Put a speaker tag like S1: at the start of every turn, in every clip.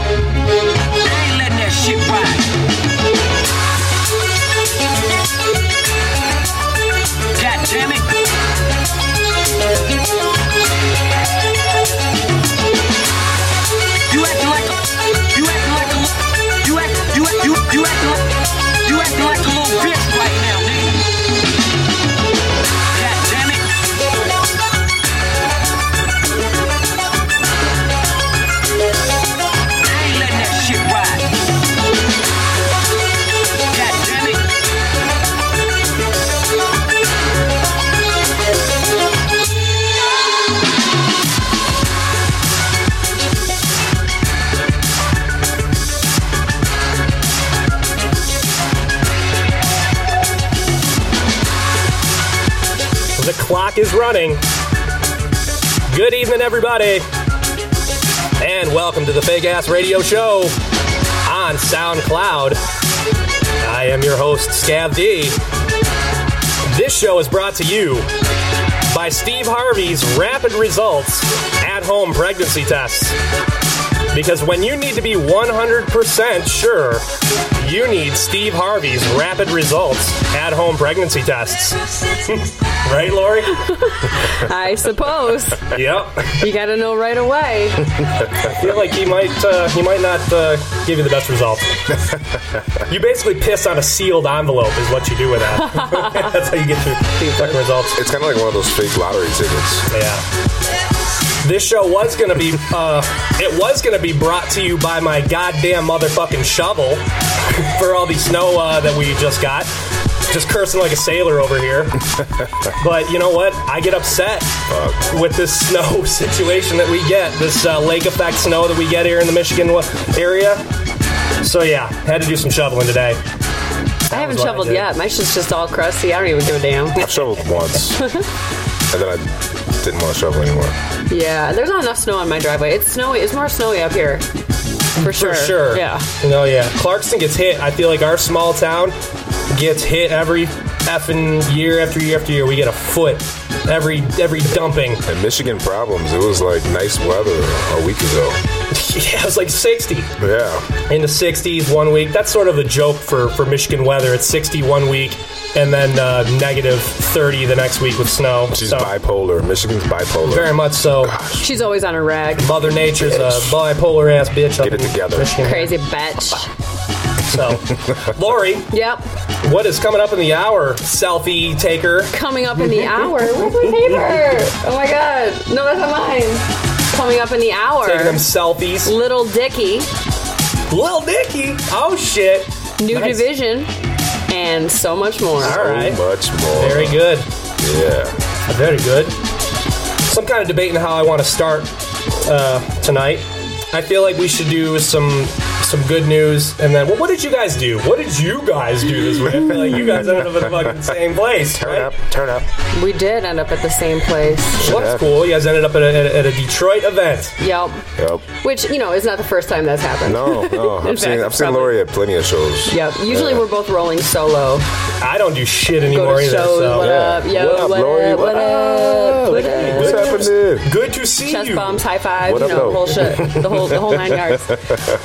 S1: I ain't letting that shit ride. God damn it. You acting like a you acting like a you act you act you you acting like you acting like a little bitch right now, nigga. God damn it. I ain't letting that shit ride. God damn it.
S2: The clock is running. Good evening, everybody. And welcome to the Fake Ass Radio Show on SoundCloud. I am your host, Scav D. This show is brought to you by Steve Harvey's Rapid Results at Home Pregnancy Tests. Because when you need to be 100% sure, you need Steve Harvey's Rapid Results at Home Pregnancy Tests. right, Lori?
S3: I suppose.
S2: yep.
S3: You gotta know right away.
S2: feel like he might uh, he might not uh, give you the best results. you basically piss on a sealed envelope is what you do with that. That's how you get your fucking results.
S4: It's kind of like one of those fake lottery tickets.
S2: Yeah. This show was gonna be uh, it was gonna be brought to you by my goddamn motherfucking shovel for all the snow uh, that we just got. Just cursing like a sailor over here. but you know what? I get upset with this snow situation that we get, this uh, lake effect snow that we get here in the Michigan wa- area. So yeah, had to do some shoveling today.
S3: I haven't
S2: was what I
S3: shoveled
S2: did.
S3: yet. My shit's just all crusty. I don't even give a damn.
S4: I've shoveled once, and then I didn't want to shovel anymore.
S3: Yeah, there's not enough snow on my driveway. It's snowy. It's more snowy up here. For sure.
S2: For sure.
S3: Yeah.
S2: No, yeah. Clarkston gets hit. I feel like our small town gets hit every effing year after year after year. We get a foot every every dumping.
S4: And Michigan problems. It was like nice weather a week ago.
S2: Yeah, it was like 60
S4: Yeah,
S2: in the 60s one week. That's sort of a joke for for Michigan weather. It's 60 one week and then uh, negative 30 the next week with snow.
S4: she's
S2: so
S4: bipolar. Michigan's bipolar. Ah,
S2: very much so.
S3: She's always on a rag.
S2: Mother Nature's a bipolar ass bitch. up
S4: Get it
S2: in
S4: together.
S2: Michigan.
S3: Crazy bitch.
S2: So, Lori,
S3: Yep.
S2: what is coming up in the hour? Selfie taker.
S3: Coming up in the hour. Where's my paper? Oh my god. No, that's not mine. Coming up in the
S2: Taking them
S3: hour.
S2: selfies.
S3: Little Dicky,
S2: Lil Dicky. Oh shit.
S3: New
S2: Nice.
S3: Division, and so much more.
S2: All right.
S4: So much more.
S2: Very good.
S4: Yeah.
S2: Very good. So I'm kind of debating how I want to start uh, tonight. I feel like we should do some some good news, and then well, what did you guys do? What did you guys do this week? I feel like you guys ended up in the fucking same place.
S4: Turn
S2: right?
S4: up. Turn up.
S3: We did end up at the same place.
S2: Well, that's
S4: up.
S2: cool. You guys ended up at a, at a, at a Detroit event.
S3: Yep.
S4: Yep.
S3: Which you know is not the first time that's happened.
S4: No, no.
S3: In
S4: I've seen
S3: fact,
S4: I've seen
S3: probably-
S4: Lori at plenty of shows.
S3: Yep. Usually we're both rolling solo.
S2: I don't do shit
S3: Go
S2: anymore
S3: to
S2: either.
S3: shows.
S2: so.
S3: What up? Yo.
S4: What up,
S3: what
S4: Lori?
S3: up? What
S4: What
S3: up?
S4: up?
S3: What
S2: Hey,
S3: up?
S4: What's
S2: good to-
S4: happening?
S2: Good to see
S3: Chest
S2: you.
S3: bombs, high five,
S4: What
S3: you
S4: up,
S3: know,
S4: though?
S3: whole shit, the whole the whole nine yards.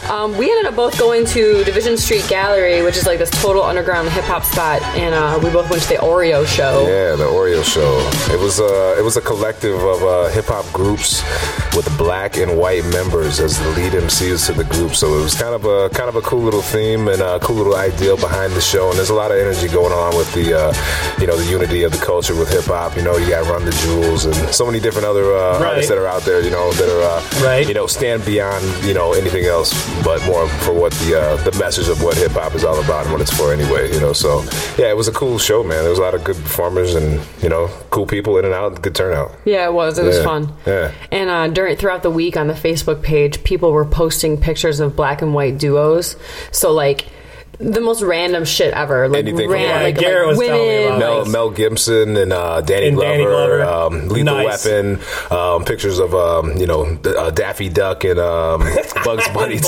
S3: Um, we ended up both going to Division Street Gallery, which is like this total underground hip hop spot, and uh, we both went to the Oreo show.
S4: Yeah, the Oreo show. It was a it was a collective of uh, hip hop groups with black and white members as the lead MCs to the group. So it was kind of a kind of a cool little theme and a cool little idea behind the show. And there's a lot of energy going on with the uh, you know the unity of the culture with hip hop. You know, you got Run the Jewels and so many different other uh,
S2: Right.
S4: artists that are out there. You know that are uh,
S2: Right.
S4: You know stand beyond you know anything else, but more for for what the uh, the message of what hip hop is all about and what it's for anyway. You know, so yeah, it was a cool show, man. There was a lot of good performers and you know, cool people in and out. Good turnout.
S3: Yeah, it was. It was
S4: Yeah.
S3: fun.
S4: Yeah.
S3: And uh, during throughout the week on the Facebook page, people were posting pictures of black and white duos. So like the most random shit ever. Like
S4: Anything from,
S3: ran-
S4: like-
S3: like,
S2: Yeah, Garrett
S3: like
S2: was telling me
S3: women.
S2: about
S4: Mel,
S3: like-
S4: Mel Gibson and uh, Danny
S2: And
S4: Glover,
S2: Danny Glover.
S4: Um, Lethal
S2: Nice.
S4: Weapon, um, pictures of um, you know D- uh, Daffy Duck and um, Bugs Bunny
S2: Bugs.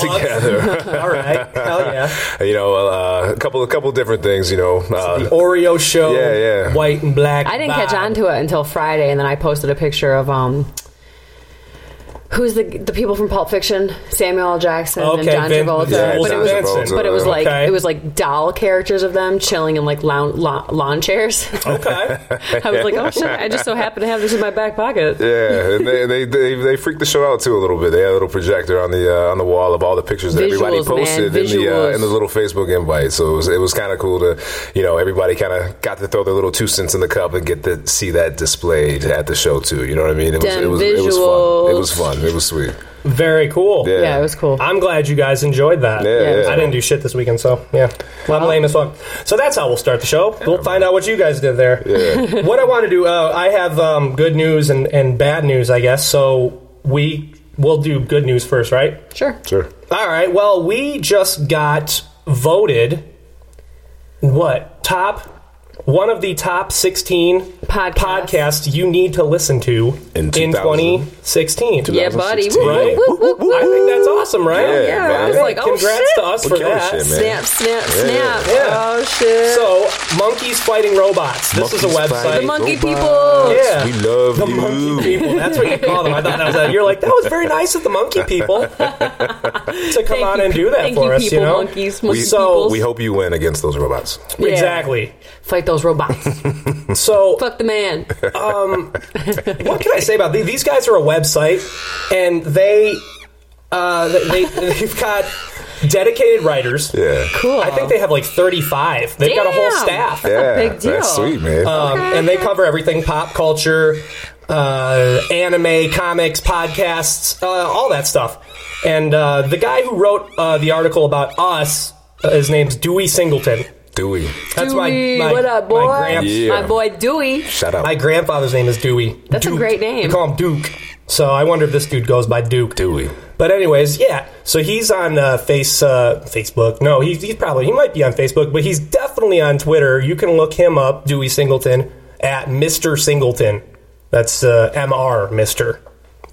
S4: together.
S2: All right. Hell yeah.
S4: you know, uh, a couple a couple different things. You know,
S2: the
S4: uh,
S2: Oreo show.
S4: Yeah, yeah.
S2: White and black.
S3: I didn't
S2: vibe.
S3: catch on to it until Friday, and then I posted a picture of um. Who's the the people from Pulp Fiction? Samuel L. Jackson and
S2: Okay,
S3: John
S2: Vin-
S3: Travolta.
S4: Yeah,
S3: but, it
S4: John
S3: was,
S4: Travolta.
S3: but it was like
S2: Okay.
S3: it was like doll characters of them chilling in like lawn, lawn, lawn chairs.
S2: Okay.
S3: I was like, oh shit! I just so happen to have this in my back pocket.
S4: yeah, and they, they they they freaked the show out too a little bit. They had a little projector on the uh, on the wall of all the pictures that everybody
S3: Visuals, man,
S4: posted in the uh,
S3: visuals.
S4: in the little Facebook invite. So it was it was kind of cool to you know everybody kind of got to throw their little two cents in the cup and get to see that displayed at the show too. You know what I mean? It was it was, it was fun. It was fun. It was sweet.
S2: Very cool.
S4: Yeah.
S3: Yeah, it was cool.
S2: I'm glad you guys enjoyed that.
S4: Yeah,
S3: yeah.
S2: I didn't do shit this weekend, so yeah. Well, I'm lame as fuck. So that's how we'll start the show. We'll find out what you guys did there.
S4: Yeah.
S2: what I want to do, uh, I have um, good news and, and bad news, I guess. So we will do good news first, right?
S3: Sure.
S4: Sure.
S2: All right. Well, we just got voted what top one of the top 16
S3: Podcasts.
S2: podcasts you need to listen to
S4: In 2000.
S2: 2016.
S3: Yeah, buddy.
S4: 2016.
S3: Woo, woo,
S2: Right?
S3: woo, woo, woo.
S2: I think that's awesome, right?
S4: Yeah, Yeah, I man. was
S3: like, oh,
S2: Congrats
S3: shit.
S2: to us
S4: We're
S2: for
S4: killing
S2: that.
S4: shit, man.
S3: Snap, snap,
S4: Yeah.
S3: snap.
S2: Yeah.
S3: Oh shit!
S2: So, Monkeys Fighting Robots. This is a
S4: Monkeys
S2: website.
S4: fighting
S3: the monkey
S4: robots.
S3: people.
S2: Yeah.
S4: We love
S2: the
S4: you.
S2: monkey people. That's what you call them. I thought that was that. You're like, that was very nice of the monkey people to come on
S3: you,
S2: and do that
S3: thank
S2: for
S3: you,
S2: us.
S3: people,
S2: you know,
S3: monkeys, monkey
S4: We,
S3: peoples.
S4: we hope you win against those robots.
S3: Yeah.
S2: exactly.
S3: Fight those robots.
S2: So,
S3: Fuck the man.
S2: what can I say about these? These guys are a website, and they uh, they they've got dedicated writers.
S4: Yeah.
S3: Cool.
S2: I think they have like 35. They've got a whole
S3: Damn.
S2: staff.
S4: Yeah.
S3: big deal.
S4: That's sweet, man.
S2: Um, and they cover everything pop culture, uh, anime, comics, podcasts, uh, all that stuff. And uh, the guy who wrote uh, the article about us, uh, his name's Dewey Singleton.
S4: Dewey.
S2: That's my-
S3: Dewey,
S2: my,
S3: what up, boy?
S2: my, gramps-
S4: Yeah.
S3: My boy Dewey.
S4: Shout out.
S2: my grandfather's name is Dewey.
S3: That's a
S2: Duke.
S3: great name.
S2: They call him Duke. So I wonder if this dude goes by Duke.
S4: Dewey.
S2: But anyways, yeah. So he's on uh, face uh, Facebook. No, he's he's probably he might be on Facebook, but he's definitely on Twitter. You can look him up, Dewey Singleton at Mister Singleton. That's uh, Mr. Mister.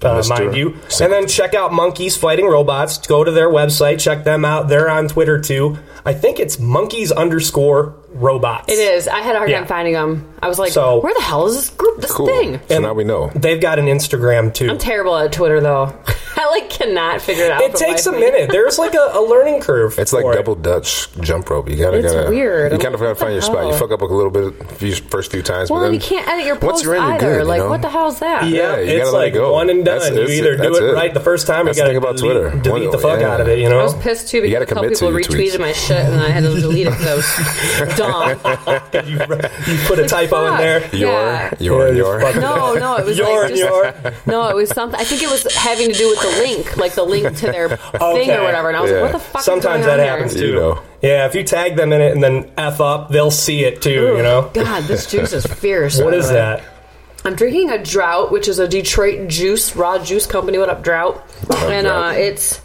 S2: Uh,
S4: Mr.
S2: mind you, and
S4: Singleton.
S2: then check out Monkeys Fighting Robots. Go to their website, check them out. They're on Twitter too. I think it's monkeys underscore robots.
S3: It is. I had a hard
S2: Yeah.
S3: time finding them. I was like,
S2: So-
S3: where the hell is this group? This
S4: Cool.
S3: thing.
S4: So now we know.
S2: They've got an Instagram too.
S3: I'm terrible at Twitter though. I like cannot figure it out.
S2: it
S3: for
S2: takes a
S3: life of me.
S2: minute. There's like a, a learning curve.
S4: It's like
S2: for it.
S4: double Dutch jump rope. You gotta,
S3: It's
S4: gotta
S3: weird.
S4: You
S3: I'm
S4: kind of
S3: like, what
S4: gotta
S3: the
S4: find your spot. You
S3: hell?
S4: fuck up a little bit few, first few times.
S3: Well,
S4: but
S3: and
S4: then
S3: you can't edit your
S4: once
S3: post
S4: you're in, you're
S3: either.
S4: good, you
S3: like,
S4: know?
S3: what the hell is that?
S2: Yeah,
S4: Yeah, you
S2: it's
S4: gotta let it
S2: like
S4: go.
S2: one and done.
S4: That's-
S2: you
S4: it's-
S2: either do
S4: that's
S2: it,
S4: it.
S2: right the first time, or you
S4: That's the
S2: got to
S4: thing about
S2: delete,
S4: Twitter.
S2: delete
S4: One-
S2: the fuck
S4: yeah.
S2: out of it. You know,
S3: I was pissed too
S4: gotta
S3: because a couple
S4: commit to
S3: people
S4: your tweets.
S3: retweeted my shit and I had to delete it because I was dumb.
S2: you, you put a typo in
S3: fuck.
S2: there.
S4: Your,
S3: Yeah.
S4: your,
S2: Yeah, you
S4: your.
S2: fuck-
S3: No, no, it was
S2: Your
S3: like
S2: and
S3: just,
S2: your.
S3: no, it was something. I think it was having to do with the link, like the link to their thing
S2: Okay.
S3: or whatever. And I was
S4: Yeah.
S3: like, what the fuck? is
S2: Sometimes
S3: going
S2: that
S3: on
S2: happens
S3: here?
S2: too.
S4: You know.
S2: Yeah, if you tag them in it and then f up, they'll see it too. You know,
S3: Oh, God, this juice is fierce.
S2: what
S3: by
S2: is
S3: the way.
S2: that?
S3: I'm drinking a Drought, which is a Detroit juice, raw juice company. What up, Drought?
S2: Oh,
S3: and uh,
S4: Drought.
S3: it's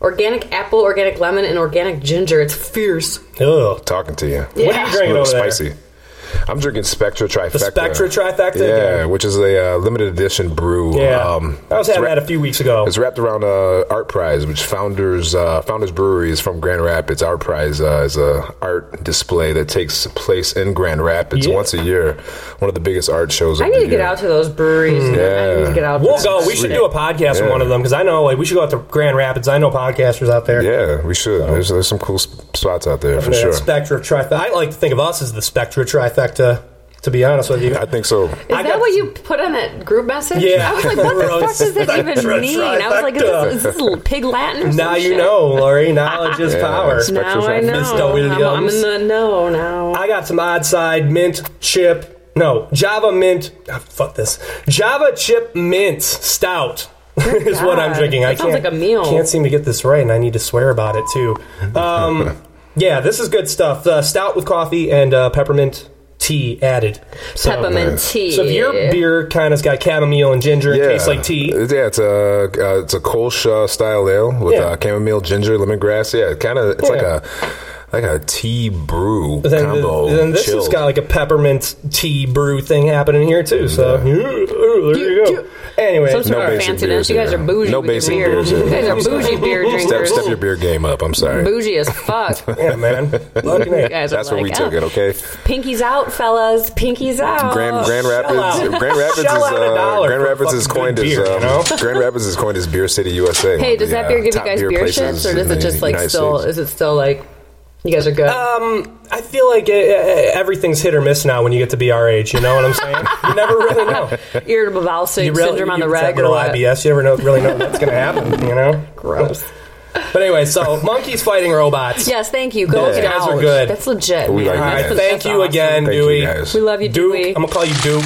S3: organic apple, organic lemon, and organic ginger. It's fierce.
S2: Ugh.
S4: talking to you.
S2: What are you drinking over
S4: A little
S2: there?
S4: spicy. I'm drinking Spectra Trifecta.
S2: Spectra Trifecta?
S4: Yeah, which is a uh, limited edition brew.
S2: Yeah,
S4: Um,
S2: I was having
S4: it's
S2: that a few weeks ago.
S4: It's wrapped around uh, Art Prize, which Founders uh, Founders Brewery is from Grand Rapids. Art Prize uh, is a art display that takes place in Grand Rapids
S2: Yeah.
S4: once a year. One of the biggest art shows.
S3: I
S4: of
S3: need
S4: the
S3: to get
S4: year.
S3: out to those breweries. I need
S4: Yeah.
S3: to get out.
S2: Hmm. We'll
S3: to
S2: go.
S3: them.
S2: We should do a podcast with one of them because I know like we should go out to Grand Rapids. I know podcasters out there.
S4: Yeah, we should. There's, there's some cool sp- spots out there for
S2: Yeah,
S4: sure.
S2: Spectra trifecta. I like to think of us as the Spectra trifecta. To be honest with you,
S4: I think so.
S3: Is
S2: I
S3: that
S2: got-
S3: what you put on that group message?
S2: Yeah.
S3: I was like, what the
S2: Gross.
S3: fuck does that
S2: Tri-
S3: even mean? I was like, is
S2: trifecta.
S3: this, is this little pig Latin or
S2: now
S3: some
S2: you
S3: shit?
S2: know, Lori. Knowledge is
S4: Yeah,
S2: power.
S4: Spectra
S3: Now I
S4: Trifecta.
S3: know.
S2: Mr.
S3: I'm, I'm in
S2: Williams.
S3: the know now.
S2: I got some odd side mint chip. No, Java mint. ah, fuck this. Java chip mint stout. is what I'm
S3: God.
S2: drinking. I
S3: That sounds
S2: can't,
S3: like a meal.
S2: Can't seem to get this right, and I need to swear about it too. Um, yeah, this is good stuff. Uh, stout with coffee and uh, peppermint tea added. So,
S3: Peppermint
S4: nice.
S3: tea.
S2: So if your beer kind of's got chamomile and ginger, it tastes like tea.
S4: Yeah, it's a uh, it's a Kolsch uh, style ale with
S2: Yeah.
S4: uh, chamomile, ginger, lemongrass. Yeah, kind of. It's
S2: Yeah.
S4: like a like a tea brew
S2: But then,
S4: combo.
S2: then this
S4: chilled.
S2: has got like a peppermint tea brew thing happening here too. So Ooh, there you go. Anyway,
S3: Some sort
S4: No
S3: of
S4: basic
S3: fanciness.
S4: beers
S3: You guys
S4: here.
S3: are bougie
S4: No
S3: with your
S4: basic
S3: beer.
S4: beers here.
S3: you guys
S4: I'm
S3: are
S4: sorry.
S3: bougie beer
S4: step
S3: drinkers.
S4: step your beer game up. I'm sorry.
S3: Bougie as fuck. You
S2: yeah, man. Fucking A.
S3: guys
S4: That's
S3: are
S4: where
S3: like,
S4: we took
S3: "Oh,
S4: it. Okay.
S3: Pinkies out, fellas. Pinkies out.
S4: Grand Grand
S2: out.
S4: Rapids Grand Rapids is
S2: Shell out a
S4: uh,
S2: dollar
S4: Grand
S2: for
S4: Rapids is
S2: fucking
S4: coined
S2: good
S4: as
S2: beer, you
S4: um,
S2: know?
S4: Grand Rapids is coined as Beer City USA.
S3: Hey, does that
S4: Yeah,
S3: beer give you
S4: top
S3: guys beer,
S4: places
S3: shits, or does
S4: in
S3: it
S4: the
S3: just like
S4: United
S3: still?
S4: States.
S3: Is it still like you guys are good?
S2: I feel like uh, uh, everything's hit or miss now when you get to be our age. You know what I'm saying? you never really know.
S3: Irritable bowel sy-
S2: You really,
S3: syndrome on
S2: you-
S3: the
S2: it's that
S3: reg or
S2: little
S3: what?
S2: IBS. You never know, really know what's going to happen. You know?
S3: Gross.
S2: But anyway, so monkeys fighting robots.
S3: Yes, thank you. Go
S2: Those
S3: get
S2: guys
S3: out.
S2: are good.
S3: That's legit.
S4: We
S3: man.
S4: like
S2: All right,
S4: Yes.
S3: That's-
S2: thank
S3: that's
S2: you
S3: awesome.
S2: again,
S4: Thank you,
S2: Dewey.
S4: guys.
S3: We love you,
S2: Duke,
S3: Dewey.
S2: I'm gonna call you Duke.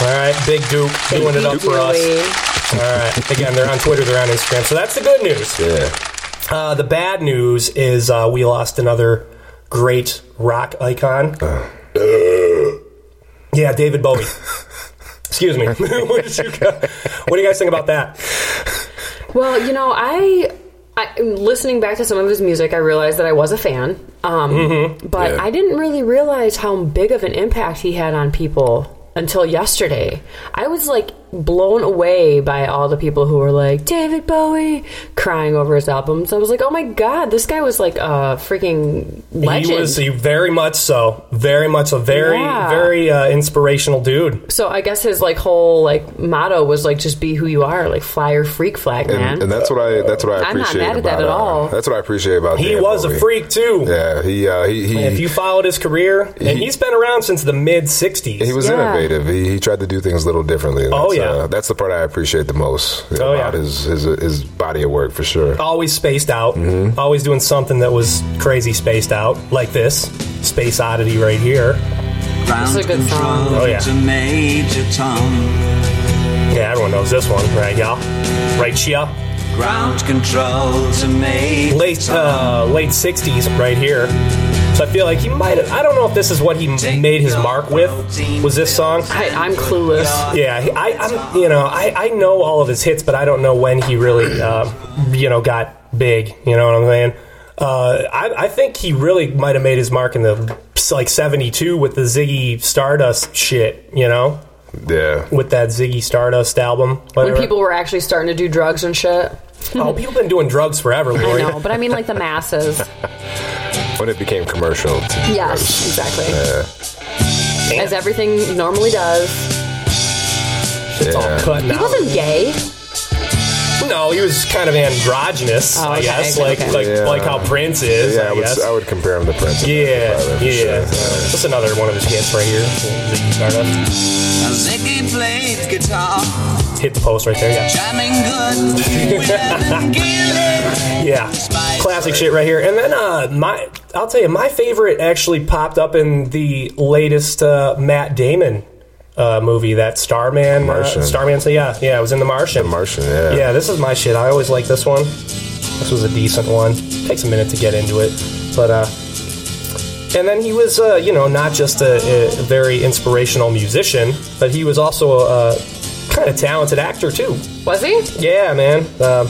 S2: All right, big Duke,
S3: Thank
S2: doing it
S3: you,
S2: up for us.
S3: Dewey.
S2: All right, again, they're on Twitter, they're on Instagram, so that's the good news.
S4: Yeah.
S2: Uh, the bad news is uh, we lost another great rock icon.
S4: Uh.
S2: Yeah, David Bowie. Excuse me. what, did you gu- what do you guys think about that?
S3: Well, you know, I, I listening back to some of his music, I realized that I was a fan, um, but
S4: Mm-hmm. Yeah.
S3: I didn't really realize how big of an impact he had on people until yesterday. I was like blown away by all the people who were like David Bowie crying over his albums. I was like, oh my god, this guy was like a freaking legend.
S2: He was he very much so, very much a very
S3: Yeah.
S2: very uh, inspirational dude.
S3: so I guess his like whole like motto was like just be who you are, like fly your freak flag, man.
S4: And, and that's what I that's what I
S3: I'm not
S4: appreciate
S3: mad at
S4: about
S3: that at
S4: uh,
S3: all.
S4: That's what I appreciate about
S2: He
S4: Dan
S2: was
S4: Bowie.
S2: a freak too.
S4: Yeah, he uh, he he,
S2: If you followed his career, and
S4: He-
S2: he's been around since the mid '60s.
S4: he was
S3: Yeah.
S4: innovative. He, he tried to do things a little differently. That's,
S2: Oh, yeah.
S4: uh, that's the part I appreciate the most you know,
S2: Oh, yeah. Oh.
S4: about his, his his body of work for sure.
S2: always spaced out,
S4: Mm-hmm.
S2: always doing something that was crazy spaced out, like this space oddity right here.
S3: This is a good song.
S2: Oh, yeah.
S1: It's a major tom.
S2: Yeah, everyone knows this one, right, y'all? Right, Chia?
S1: Ground control to major
S2: Late
S1: tom.
S2: uh, late '60s, right here. So I feel like he might. have I don't know if this is what he made his mark with. Was this song?
S3: I, I'm clueless.
S2: Yeah, he- I, I'm. You know, I, I know all of his hits, but I don't know when he really, uh, you know, got big. You know what I'm saying? Uh, I, I think he really might have made his mark in the like '72 with the Ziggy Stardust shit. You know,
S4: Yeah,
S2: with that Ziggy Stardust album.
S3: When
S2: whatever.
S3: people were actually starting to do drugs and shit.
S2: oh, people been doing drugs forever,
S3: I
S2: Lori.
S3: know, but I mean like the masses.
S4: when it became commercial. to do
S3: Yes,
S4: drugs.
S3: exactly.
S2: Damn,
S3: As everything normally does.
S2: it's all cut
S3: He
S2: now.
S3: wasn't gay.
S2: No, he was kind of androgynous,
S3: Oh,
S2: I
S3: okay,
S2: guess,
S3: okay,
S2: like
S3: okay.
S2: like
S4: Yeah.
S2: like how Prince is.
S4: Yeah,
S2: I,
S4: I would,
S2: guess.
S4: I would compare him to Prince. and
S2: Yeah,
S4: Prince Father for
S2: yeah.
S4: sure.
S2: That's another one of his hits right here. Ziggy Stardust.
S1: Ziggy plays guitar,
S2: Hit the post right there. Yeah.
S1: jamming good with Evan Gillies.
S2: Yeah,
S1: Spice.
S2: classic shit right here. And then uh, my, I'll tell you, my favorite actually popped up in the latest uh, Matt Damon uh, movie, that Starman.
S4: Martian.
S2: Uh, Starman. So yeah, yeah, it was in The Martian.
S4: The Martian, yeah.
S2: Yeah, this is my shit. I always like this one. This was a decent one. Takes a minute to get into it, but uh. And then he was, uh, you know, not just a, a very inspirational musician, but he was also a, a kind of talented actor too.
S3: Was he?
S2: Yeah, man. Uh,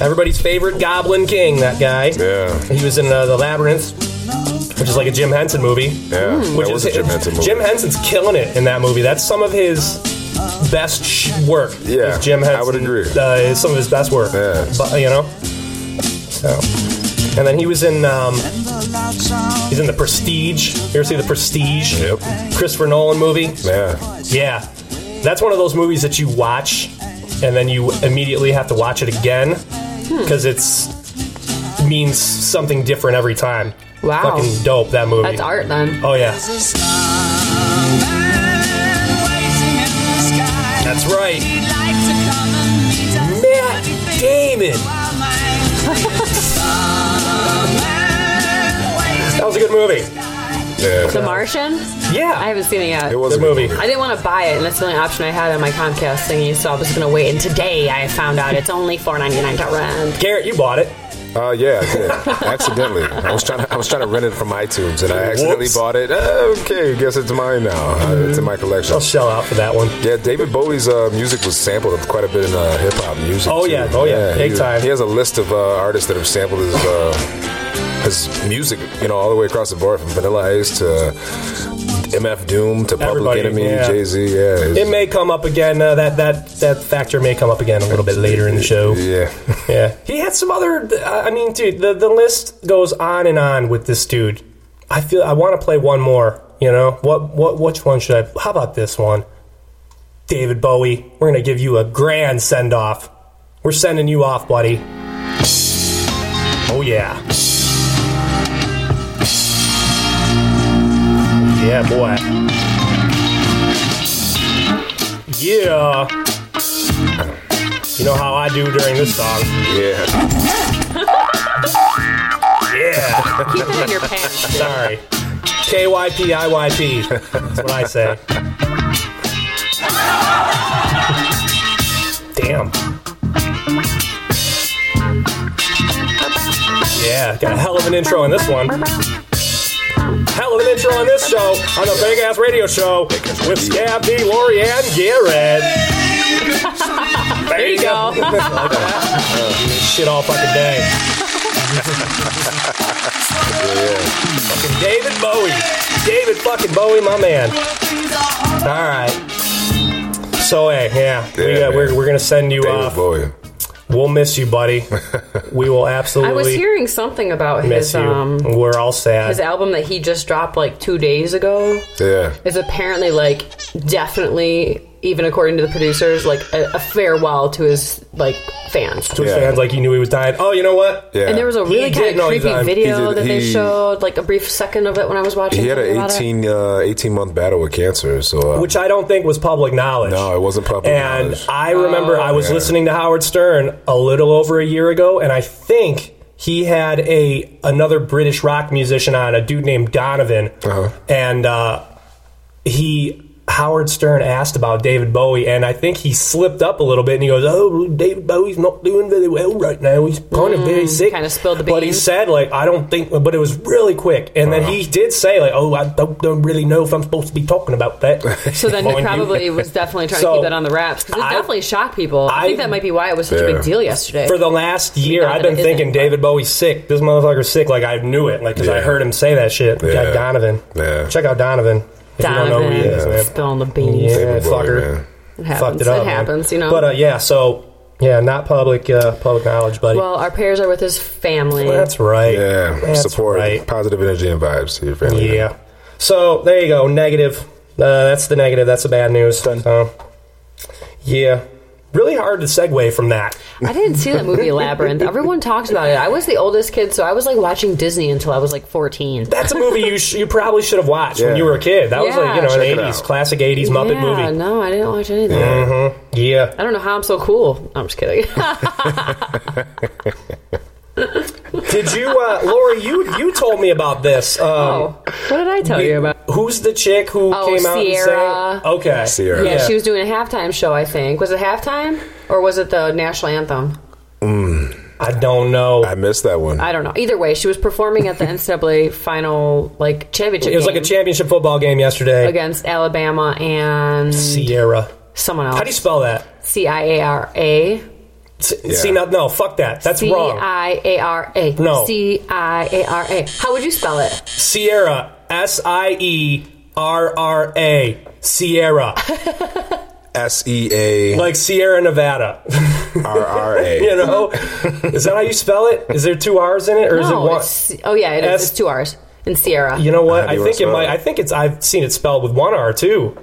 S2: everybody's favorite Goblin King, that guy.
S4: Yeah,
S2: He was in uh, The Labyrinth, which is like a Jim Henson movie.
S4: yeah.
S2: Which
S4: that was a Jim Henson movie.
S2: Jim Henson's killing it in that movie. That's some of his best sh- work.
S4: Yeah,
S2: is Jim Henson.
S4: I would agree.
S2: Uh, is some of his best work.
S4: Yeah.
S2: But, you know? So. And then he was in um, he's in the Prestige. You ever see the Prestige?
S4: Yep.
S2: Christopher Nolan movie.
S4: Yeah,
S2: Yeah. That's one of those movies that you watch and then you immediately have to watch it again
S3: Hmm.
S2: because it's means something different every time.
S3: Wow.
S2: Fucking dope that movie.
S3: That's art then.
S2: Oh yeah.
S1: There's a starman waiting in the sky.
S2: That's right.
S1: He'd like to come and meet us.
S2: Matt Damon.
S1: Our minds. There's a starman waiting
S2: That was a good movie.
S4: Yeah.
S3: The Martian?
S2: Yeah.
S3: I haven't seen it yet.
S4: It was
S2: The
S4: a good
S2: movie.
S3: I didn't want to buy it, and that's the only option I had on my Comcast thingy, so I was going to wait. And today I found out it's only four ninety nine to rent.
S2: Garrett, you bought it.
S4: Uh, yeah, I did. accidentally. I was trying. To, I was trying to rent it from iTunes, and I accidentally
S2: Whoops.
S4: bought it. Uh, okay, guess it's mine now. Uh, it's in my collection.
S2: I'll shell out for that one.
S4: Yeah, David Bowie's uh, music was sampled quite a bit in uh, hip hop music.
S2: Oh,
S4: too.
S2: yeah. Oh, yeah. Big
S4: he,
S2: time.
S4: He has a list of uh, artists that have sampled his uh, his music, you know, all the way across the board from Vanilla Ice to MF Doom to Public
S2: Everybody,
S4: Enemy,
S2: yeah.
S4: Jay Z. Yeah, his-
S2: It may come up again. Uh, that that that factor may come up again a little bit later in the show.
S4: yeah.
S2: Yeah, he had some other. I mean, dude, the the list goes on and on with this dude. I feel I want to play one more. You know what? What? Which one should I? How about this one? David Bowie. We're gonna give you a grand send off. We're sending you off, buddy. Oh yeah. Yeah, boy. Yeah. You know how I do during this song.
S4: yeah.
S2: Yeah.
S3: Keep it in your pants.
S2: Sorry. KYPIYP. That's what I say. Damn. Yeah, got a hell of an intro on this one. Hell of an intro on this show, on the Big Ass Radio Show, with Scab D, Lori, and Garrett. There you
S3: go.
S2: Shit all fucking day.
S4: yeah.
S2: Fucking David Bowie. David fucking Bowie, my man. All right. So, hey, yeah. we,
S4: Yeah,
S2: uh,
S4: man.
S2: we're, we're going to send you
S4: David
S2: off.
S4: Bowie.
S2: We'll miss you, buddy. We will
S3: I
S2: absolutely
S3: was hearing something about
S2: miss
S3: his
S2: you.
S3: um
S2: we're all sad.
S3: his album that he just dropped like two days ago.
S4: Yeah.
S3: is apparently like definitely even according to the producers like a, a farewell to his like fans
S2: to his
S4: Yeah.
S2: fans like he knew he was dying. Oh, you know what?
S4: Yeah.
S3: and there was a
S2: He
S3: really
S2: did
S3: kind
S2: know
S3: of
S2: he's
S3: creepy
S2: on- he
S3: video
S4: did-
S3: that they
S4: he-
S3: showed like a brief second of it when i was watching
S4: He had
S3: something
S4: an
S3: about it.
S4: 18, uh, 18 month battle with cancer, so uh,
S2: Which I don't think was public knowledge.
S4: no, it wasn't public
S2: And
S4: knowledge. Oh,
S2: I remember I was
S4: yeah.
S2: listening to Howard Stern a little over a year ago, and I think he had a another British rock musician on, a dude named Donovan,
S4: Uh-huh.
S2: and uh, he. Howard Stern asked about David Bowie, and I think he slipped up a little bit, and he goes, "Oh, David Bowie's not doing very well right now. He's kind of very sick."
S3: Mm, kinda spilled the
S2: But he
S3: beans.
S2: said, "Like I don't think," but it was really quick, and
S4: Uh-huh.
S2: then he did say, "Like oh, I don't, don't really know if I'm supposed to be talking about that."
S3: so then
S2: Mind
S3: he
S2: you.
S3: probably was definitely trying
S2: So,
S3: to keep that on the wraps because it
S2: I-
S3: definitely shocked people i,
S2: I-
S3: think that might be why it was such a
S4: Yeah.
S3: big deal yesterday
S2: for the last year,
S3: not
S2: I've
S3: that
S2: been
S3: it
S2: thinking
S3: isn't,
S2: David Bowie's sick. This motherfucker's sick. Like I knew it. Like because I
S4: Yeah.
S2: heard him say that shit.
S4: Yeah.
S2: God, Donovan.
S4: Yeah.
S2: Check out Donovan. If
S3: donovan
S2: You don't know who he is, man.
S3: spilling the beans
S2: Yeah,
S4: David Bowie,
S2: fucker.
S4: man.
S3: it
S2: Fucked
S3: happens
S2: it up. man.
S3: happens you know
S2: But uh, yeah, so yeah, not public uh, public knowledge, buddy.
S3: well our prayers are with his family
S2: That's right.
S4: Yeah,
S2: That's
S4: support,
S2: Right.
S4: positive energy and vibes to your family.
S2: Yeah. So there you go. Negative. Uh, that's the negative. That's the bad news. So, yeah. Really hard to segue from that.
S3: I didn't see that movie Labyrinth. Everyone talks about it. I was the oldest kid, so I was like watching Disney until I was like 14.
S2: That's a movie you sh- you probably should have watched when
S4: Yeah.
S2: you were a kid. That was like you
S3: Yeah.
S2: know
S3: Check
S2: an
S4: it
S2: '80s
S4: out.
S2: classic '80s Muppet
S3: yeah,
S2: movie.
S3: No, I didn't watch anything.
S2: Yeah.
S3: I don't know how I'm so cool. I'm just kidding.
S2: Did you, uh, Lori? You you told me about this. Um,
S3: oh, what did I tell you about?
S2: Who's the chick who
S3: Oh,
S2: came out
S3: Sierra.
S2: and sang? Okay,
S4: Sierra.
S3: Yeah, she was doing a halftime show. I think was it halftime or was it the national anthem?
S2: I don't know.
S4: I missed that one.
S3: I don't know. Either way, she was performing at the NCAA final like championship.
S2: it was like a
S3: game
S2: championship football game yesterday.
S3: against Alabama and
S2: Sierra.
S3: someone else.
S2: How do you spell that?
S3: C I A R A.
S2: S- See, no, no, fuck that. That's
S3: C
S2: wrong.
S3: I A R A.
S2: No.
S3: C I A R A. How would you spell it?
S2: Sierra. S I E R R A. Sierra.
S4: S E A
S2: Like Sierra Nevada.
S4: R R
S2: You
S4: A.
S2: know? Is that how you spell it? Is there two R's in it, or is it
S3: no,
S2: one?
S3: it's, oh yeah, it is.
S2: S-
S3: it's two R's in Sierra.
S2: You know what? I
S4: How do you
S2: think it
S4: spell
S2: might.
S4: it?
S2: I think it's. I've seen it spelled with one R too.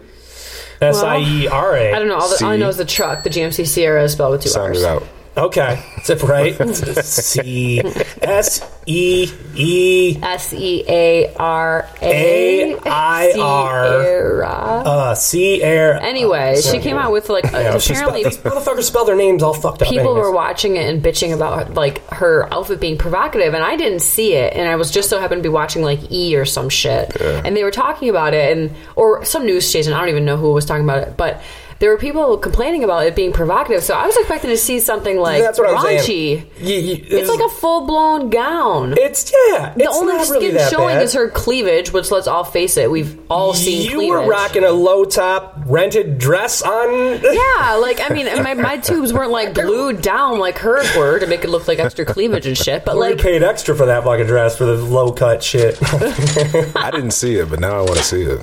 S2: S I E R A.
S3: I don't know. All, the, all I
S4: C-
S3: know is the truck. The GMC Sierra is spelled with two
S4: Sound
S3: R's.
S4: it out.
S2: Okay, is it right? C S E E
S3: S E A R
S2: A I R.
S3: Sierra.
S2: uh Sierra.
S3: Anyway, she came out with like
S2: Yeah, she spelled-
S3: apparently
S2: these motherfuckers spell their names all fucked up.
S3: people
S2: anyways.
S3: were watching it and bitching about like her outfit being provocative and i didn't see it and i was just so happened to be watching like e or some shit and they were talking about it and or some news station i don't even know who was talking about it but there were people complaining about it being provocative so i was expecting to see something like
S2: That's what I'm
S3: raunchy
S2: saying. You- you-
S3: it's like a full-blown gown
S2: It's yeah.
S3: the only
S2: not
S3: skin
S2: really that
S3: showing
S2: bad.
S3: is her cleavage which let's all face it we've all seen
S2: You
S3: cleavage
S2: were rocking a low top rented dress on.
S3: Yeah, like I mean, my, my tubes weren't like glued down like hers were to make it look like extra cleavage and shit. But
S2: Like,
S3: like,
S2: you paid extra for that fucking dress for the low cut shit. Her
S4: I didn't see it, but now I want to see it.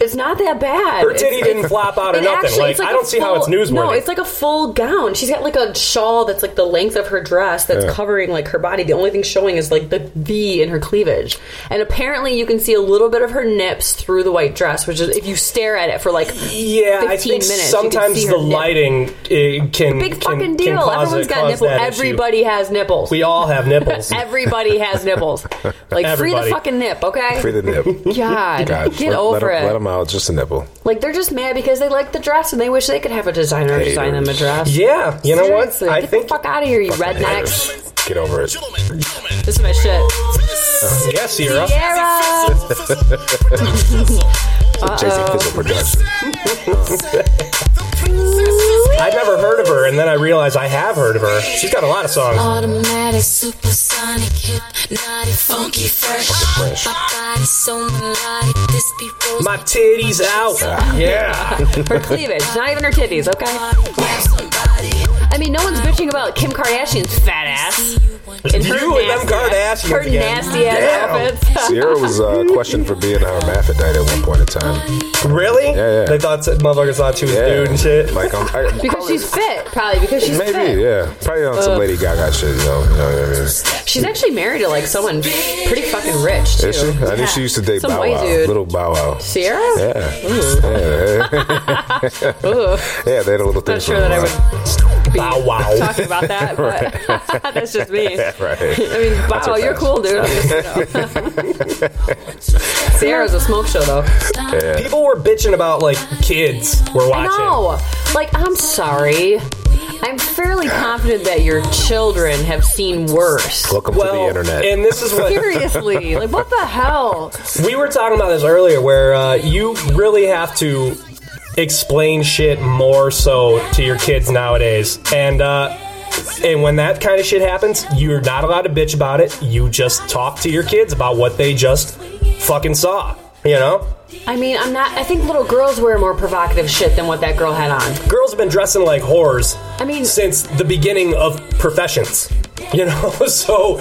S3: it's not that bad. It's-
S2: titty didn't flop out or
S3: it
S2: nothing.
S3: actually-
S2: like,
S3: it's like
S2: I
S3: a
S2: don't see how it's
S3: full-
S2: newsworthy.
S3: No, it's like a full gown. She's got like a shawl that's like the length of her dress that's covering like her body. The only thing showing is like the V in her cleavage. And apparently, you can see a little bit of her nips through the white dress, which is if you stare at it for like
S2: yeah, I
S3: 15
S2: think
S3: minutes, you can see
S2: sometimes
S3: her
S2: the
S3: nip.
S2: lighting it can
S3: big
S2: can-
S3: fucking
S2: can
S3: deal.
S2: cause-
S3: Everyone's got
S2: cause
S3: nipples.
S2: that issue.
S3: Everybody has nipples.
S2: We all have nipples.
S3: Everybody has nipples. Like free the
S2: Everybody.
S3: fucking nip, okay?
S4: Free the nip.
S3: God,
S4: God,
S3: get
S4: let,
S3: over
S4: let 'em-
S3: it.
S4: let 'em out. Just a nipple.
S3: Like they're just mad because they like the dress and they wish they could have a designer design them a
S4: Haters.
S3: dress.
S2: yeah, you know what?
S3: Seriously,
S2: I
S3: get
S2: think
S3: the fuck out of here, you
S4: Fucking
S3: rednecks.
S4: haters. Get over it.
S3: This is my shit.
S2: yes, Sierra.
S3: Sierra.
S4: Jay Z Fizzle production.
S2: I'd never heard of her, and then I realized I have heard of her. She's got a lot of
S3: Um,
S2: songs.
S5: Automatic, supersonic, hypnotic, funky fresh. My body so melodic, this be rose.
S2: My titties out. Yeah.
S3: Her cleavage, not even her titties. Okay. I mean, no one's bitching about Kim Kardashian's fat ass and her
S2: You and them
S3: nasty ass-
S2: Kardashians
S3: her
S2: again.
S3: nasty
S2: Damn.
S3: ass outfits.
S4: Sierra was uh, questioned for being a hermaphrodite at one point in time.
S2: Really?
S4: yeah.
S2: They thought motherfuckers thought she was
S4: Yeah,
S2: a dude and shit.
S4: Like, um, I,
S3: Because she's fit, probably because she's
S4: maybe,
S3: fit.
S4: yeah, probably on some Lady Gaga shit. You know, you know what I mean?
S3: She's actually married to like someone pretty fucking rich too.
S4: Is she? I
S3: Yeah.
S4: think she used to date
S3: Some
S4: Bow
S3: white
S4: Wow,
S3: dude.
S4: little Bow Wow.
S3: Sierra.
S4: Yeah, yeah,
S3: Ugh.
S4: yeah. They had a little thing.
S3: Not sure that I would be
S2: Bow wow.
S3: talking about that, but that's just me.
S4: Right.
S3: I mean, wow, you're cool, dude. Sierra's a smoke show, though.
S2: People were bitching about like kids were watching.
S3: No, like I'm sorry. I'm fairly confident that your children have seen worse.
S4: Welcome
S2: Well,
S4: to the internet.
S2: and this is what
S3: Seriously, like what the hell?
S2: we were talking about this earlier, where uh, you really have to explain shit more so to your kids nowadays, and uh, and when that kind of shit happens, you're not allowed to bitch about it. You just talk to your kids about what they just fucking saw. You know,
S3: I mean, I'm not. I think little girls wear more provocative shit than what that girl had on.
S2: girls have been dressing like whores.
S3: I mean-
S2: since the beginning of professions. You know, so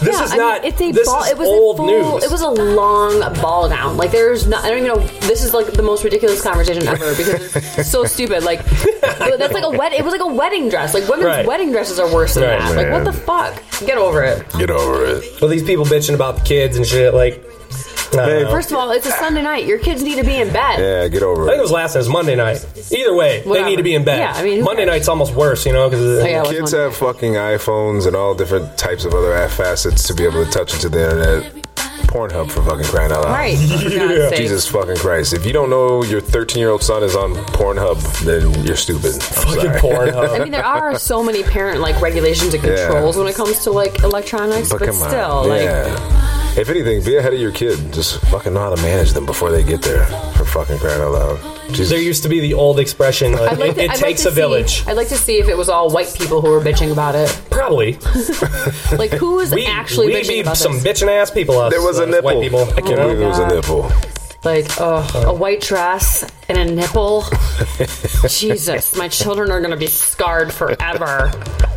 S2: this
S3: yeah,
S2: is
S3: I
S2: not.
S3: mean, it's a
S2: this
S3: ball.
S2: is
S3: It was
S2: old
S3: a full,
S2: news.
S3: It was a long ball gown. Like there's not. I don't even know. This is like the most ridiculous conversation ever because it's so stupid. Like that's like a wed. It was like a wedding dress. Like women's
S2: Right.
S3: wedding dresses are worse than
S2: Right.
S3: that. Like what the fuck? Get over it.
S4: Get over it.
S2: But these people bitching about the kids and shit, like. I don't
S4: Babe.
S2: know.
S3: First of all, it's a Sunday night. Your kids need to be in bed.
S4: Yeah, get over
S2: I think it
S4: it.
S2: was last night. It was Monday night. Either way,
S3: Whatever.
S2: they need to be in bed.
S3: Yeah, I mean, who
S2: Monday
S3: cares?
S2: night's almost worse, you know, because
S3: Oh, yeah, it was
S4: Kids
S3: Monday.
S4: have fucking iPhones and all different types of other facets to be able to touch into the internet. Pornhub for fucking crying out loud.
S3: Right. For God's
S2: Yeah.
S3: sake.
S4: Jesus fucking Christ! If you don't know your 13 year old son is on Pornhub, then you're stupid. I'm sorry.
S3: I mean, there are so many parent like regulations and
S4: Yeah.
S3: controls when it comes to like electronics, but, still, like,
S4: yeah. If anything, be ahead of your kid. Just fucking know how to manage them before they get there. For fucking crying out loud. Jesus.
S2: There used to be the old expression, like,
S3: I'd like
S2: it,
S3: to-
S2: it
S3: I'd like
S2: takes
S3: to
S2: a village.
S3: See, I'd like to see if it was all white people who were bitching about it.
S2: Probably.
S3: Like, who is
S2: We,
S3: actually
S2: we
S3: bitching
S2: be
S3: about
S2: some
S3: this?
S2: bitching ass people. Us,
S4: there was a
S2: us
S4: nipple. Uh-huh.
S2: White people.
S4: I can't believe there was a
S3: God.
S4: nipple.
S3: like, ugh, a white dress and a nipple. Jesus, my children are gonna be scarred forever.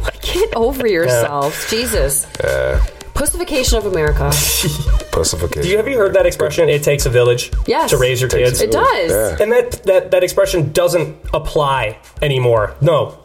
S3: Like, Get over yourselves, Jesus. Pussification of America.
S4: Pussification.
S2: Do you, have you heard that expression? It takes a village
S3: Yes.
S2: to raise your
S4: Takes
S2: kids.
S4: a
S3: It does.
S4: Yeah.
S2: And that, that that expression doesn't apply anymore. No.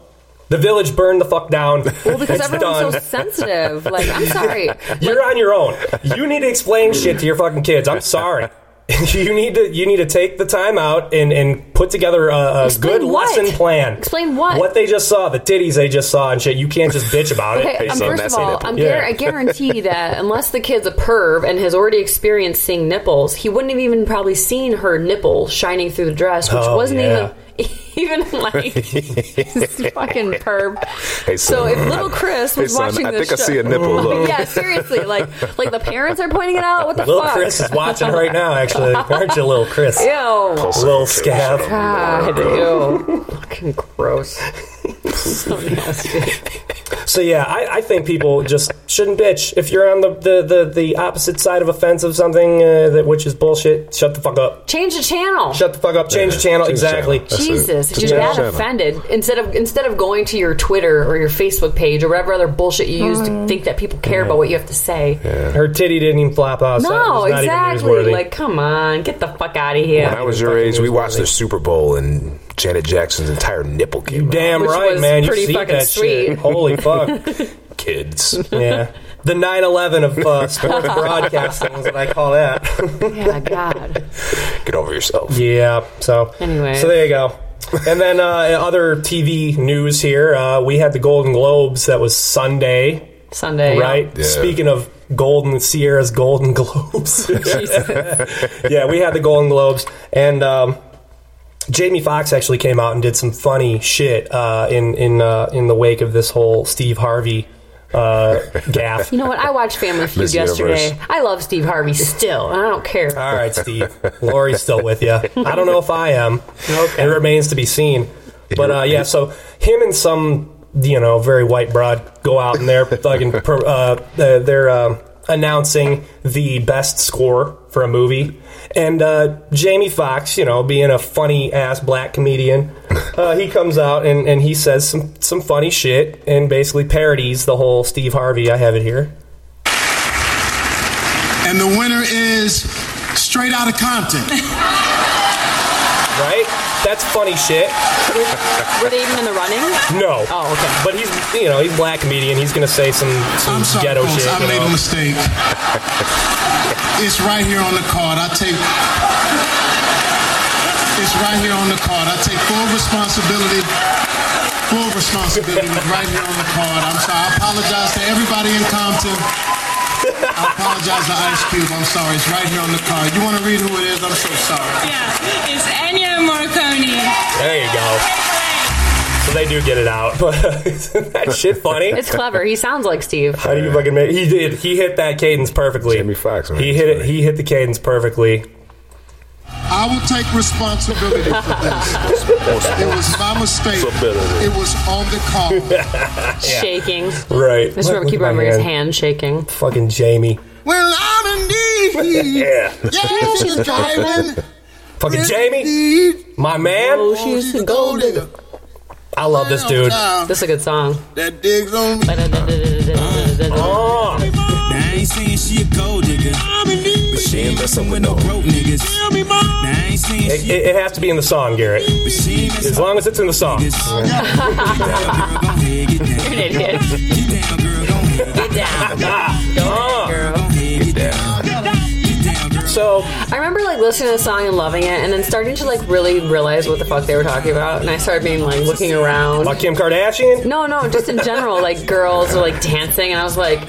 S2: The village burned the fuck down.
S3: Well, because
S2: it's
S3: everyone's
S2: done.
S3: so sensitive. Like, I'm sorry.
S2: You're on your own. You need to explain shit to your fucking kids. I'm sorry. you need to you need to take the time out and, and put together a, a
S3: Explain
S2: good
S3: what?
S2: lesson plan.
S3: Explain what?
S2: What they just saw, the titties they just saw and shit. You can't just bitch about it.
S3: Okay, um,
S4: Based on
S3: first
S4: that
S3: of
S4: same
S3: all,
S4: nipple.
S3: I'm
S2: Yeah.
S3: gar- I guarantee that unless the kid's a perv and has already experienced seeing nipples, he wouldn't have even probably seen her nipple shining through the dress, which
S2: Oh,
S3: wasn't
S2: yeah.
S3: even even like this fucking perv.
S4: Hey,
S3: so
S4: son.
S3: if little Chris was
S4: Hey, son,
S3: watching
S4: I
S3: this
S4: think I
S3: show-
S4: see a nipple. Look.
S3: yeah, seriously, like like the parents are pointing it out. What the
S2: Little
S3: fuck?
S2: Chris is watching right now. Actually, aren't you, little Chris?
S3: Ew.
S2: Little scab.
S3: God, ew. Fucking gross. so nasty.
S2: So yeah, I, I think people just shouldn't bitch. If you're on the the, the, the opposite side of a fence of something uh, that which is bullshit, shut the fuck up.
S3: Change the channel.
S2: Shut the fuck up. Change the channel.
S4: change the
S2: exactly.
S4: channel. That's it.
S3: Jesus, if
S4: Just
S3: you're
S4: change
S3: that
S4: the channel.
S3: offended, instead of instead of going to your Twitter or your Facebook page or whatever other bullshit you use to think that people care about what you have to say.
S2: Her titty didn't even flop out. so it
S3: No,
S2: was not Even
S3: exactly.
S2: newsworthy.
S3: Like, come on, get the fuck out of here.
S4: When I was your
S2: Fucking
S4: age, we watched
S2: newsworthy.
S4: the Super Bowl and Janet Jackson's entire nipple came out.
S2: Damn
S3: Which
S2: right,
S3: was
S2: man. You
S3: pretty
S2: see
S3: fucking
S2: that shit.
S3: sweet.
S2: Holy fuck.
S4: Kids.
S2: Yeah. The 9 11 of uh, sports broadcasting is what I call that.
S3: yeah, Oh, God.
S4: Get over yourself.
S2: yeah. So,
S3: Anyway.
S2: so there you go. And then uh, in other TV news here. Uh, we had the Golden Globes that was Sunday,
S3: Sunday,
S2: right?
S4: Yeah.
S2: Speaking of Golden Sierra's Golden Globes. yeah, we had the Golden Globes. And um, Jamie Foxx actually came out and did some funny shit uh, in, in, uh, in the wake of this whole Steve Harvey uh, gaff.
S3: You know what? I watched Family Feud
S4: Miss
S3: yesterday.
S4: Universe.
S3: I love Steve Harvey still, and I don't care.
S2: All right, Steve. Lori's still with you. I don't know if I am. It remains to be seen. But uh, yeah, so him and some you know very white broad go out and they're fucking pro- uh, they're, they're um, announcing the best score for a movie. And uh, Jamie Foxx, you know, being a funny ass black comedian, uh, he comes out and, and he says some some funny shit and basically parodies the whole Steve Harvey. I have it here.
S6: And the winner is straight out of Compton.
S2: Right? That's funny shit.
S3: Were they even in the running?
S2: No.
S3: Oh, okay.
S2: But he's, you know, he's a black comedian. He's gonna say some, some
S6: I'm sorry,
S2: ghetto
S6: folks,
S2: shit.
S6: I
S2: you
S6: made
S2: know.
S6: a mistake. It's right here on the card. I take. It's right here on the card. I take full responsibility. Full responsibility It's right here on the card. I'm sorry. I apologize to everybody in Compton. I apologize to Ice Cube. I'm sorry. It's right here on the card. You want to read who it is? I'm so sorry.
S7: Yeah, it's Ennio Morricone.
S2: There you go. So they do get it out. But isn't that shit funny?
S3: It's clever. He sounds like Steve.
S2: How do you fucking make? He did. He hit that cadence perfectly.
S4: Jamie Foxx, man.
S2: He hit it. He hit the cadence perfectly.
S6: I will take responsibility for this. It was my mistake.
S4: Responsibility.
S6: It was on the card.
S3: Shaking.
S2: Right.
S3: Just remember,
S2: Look
S3: keep
S2: at my
S3: remembering his
S2: hand.
S3: hand shaking.
S2: Fucking Jamie.
S6: Well, I'm in need.
S2: Yeah.
S6: Yeah, she's driving.
S2: Fucking Jamie, my man.
S6: She's a gold digger.
S2: I love this dude.
S3: This is a good song.
S6: That digs on me.
S2: Oh,
S8: I ain't saying she a gold digger.
S6: I'm in need.
S8: She ain't messing with no broke niggas.
S6: Tell me, Mom.
S8: I ain't saying
S2: it,
S8: she,
S2: it, it has to be in the song, Garrett.
S8: but she ain't messing
S2: As long as it's in the song.
S8: with niggas. Girl, go ahead, get down. Get down, girl, go ahead. Get
S2: Ah,
S8: down, go ahead, get down. Get down, girl.
S2: so
S3: I remember like listening to the song and loving it, and then starting to like really realize what the fuck they were talking about, and I started being like looking around.
S2: like Kim Kardashian.
S3: No, no, just in general, like girls are like dancing, and I was like,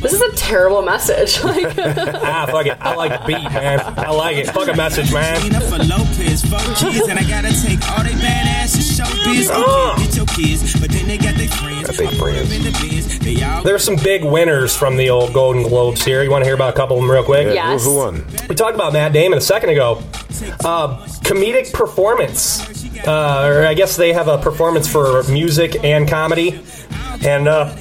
S3: this is a terrible message. Like,
S2: Ah, fuck it. I like the beat, man. I like it. Fuck a message, man.
S8: Clean up for Lopez, four kids, and I gotta take all they badass to show biz.
S2: Ah.
S8: Get your kids, but then they got their friends.
S4: Got they friends.
S8: In the Benz, they all
S2: There's some big winners from the old Golden Globes here. You want to hear about a couple of them real quick?
S3: Yeah. Yes.
S4: Who, who won?
S2: We talked about Matt Damon a second ago. Uh, comedic performance. Uh, or I guess they have a performance for music and comedy. And uh,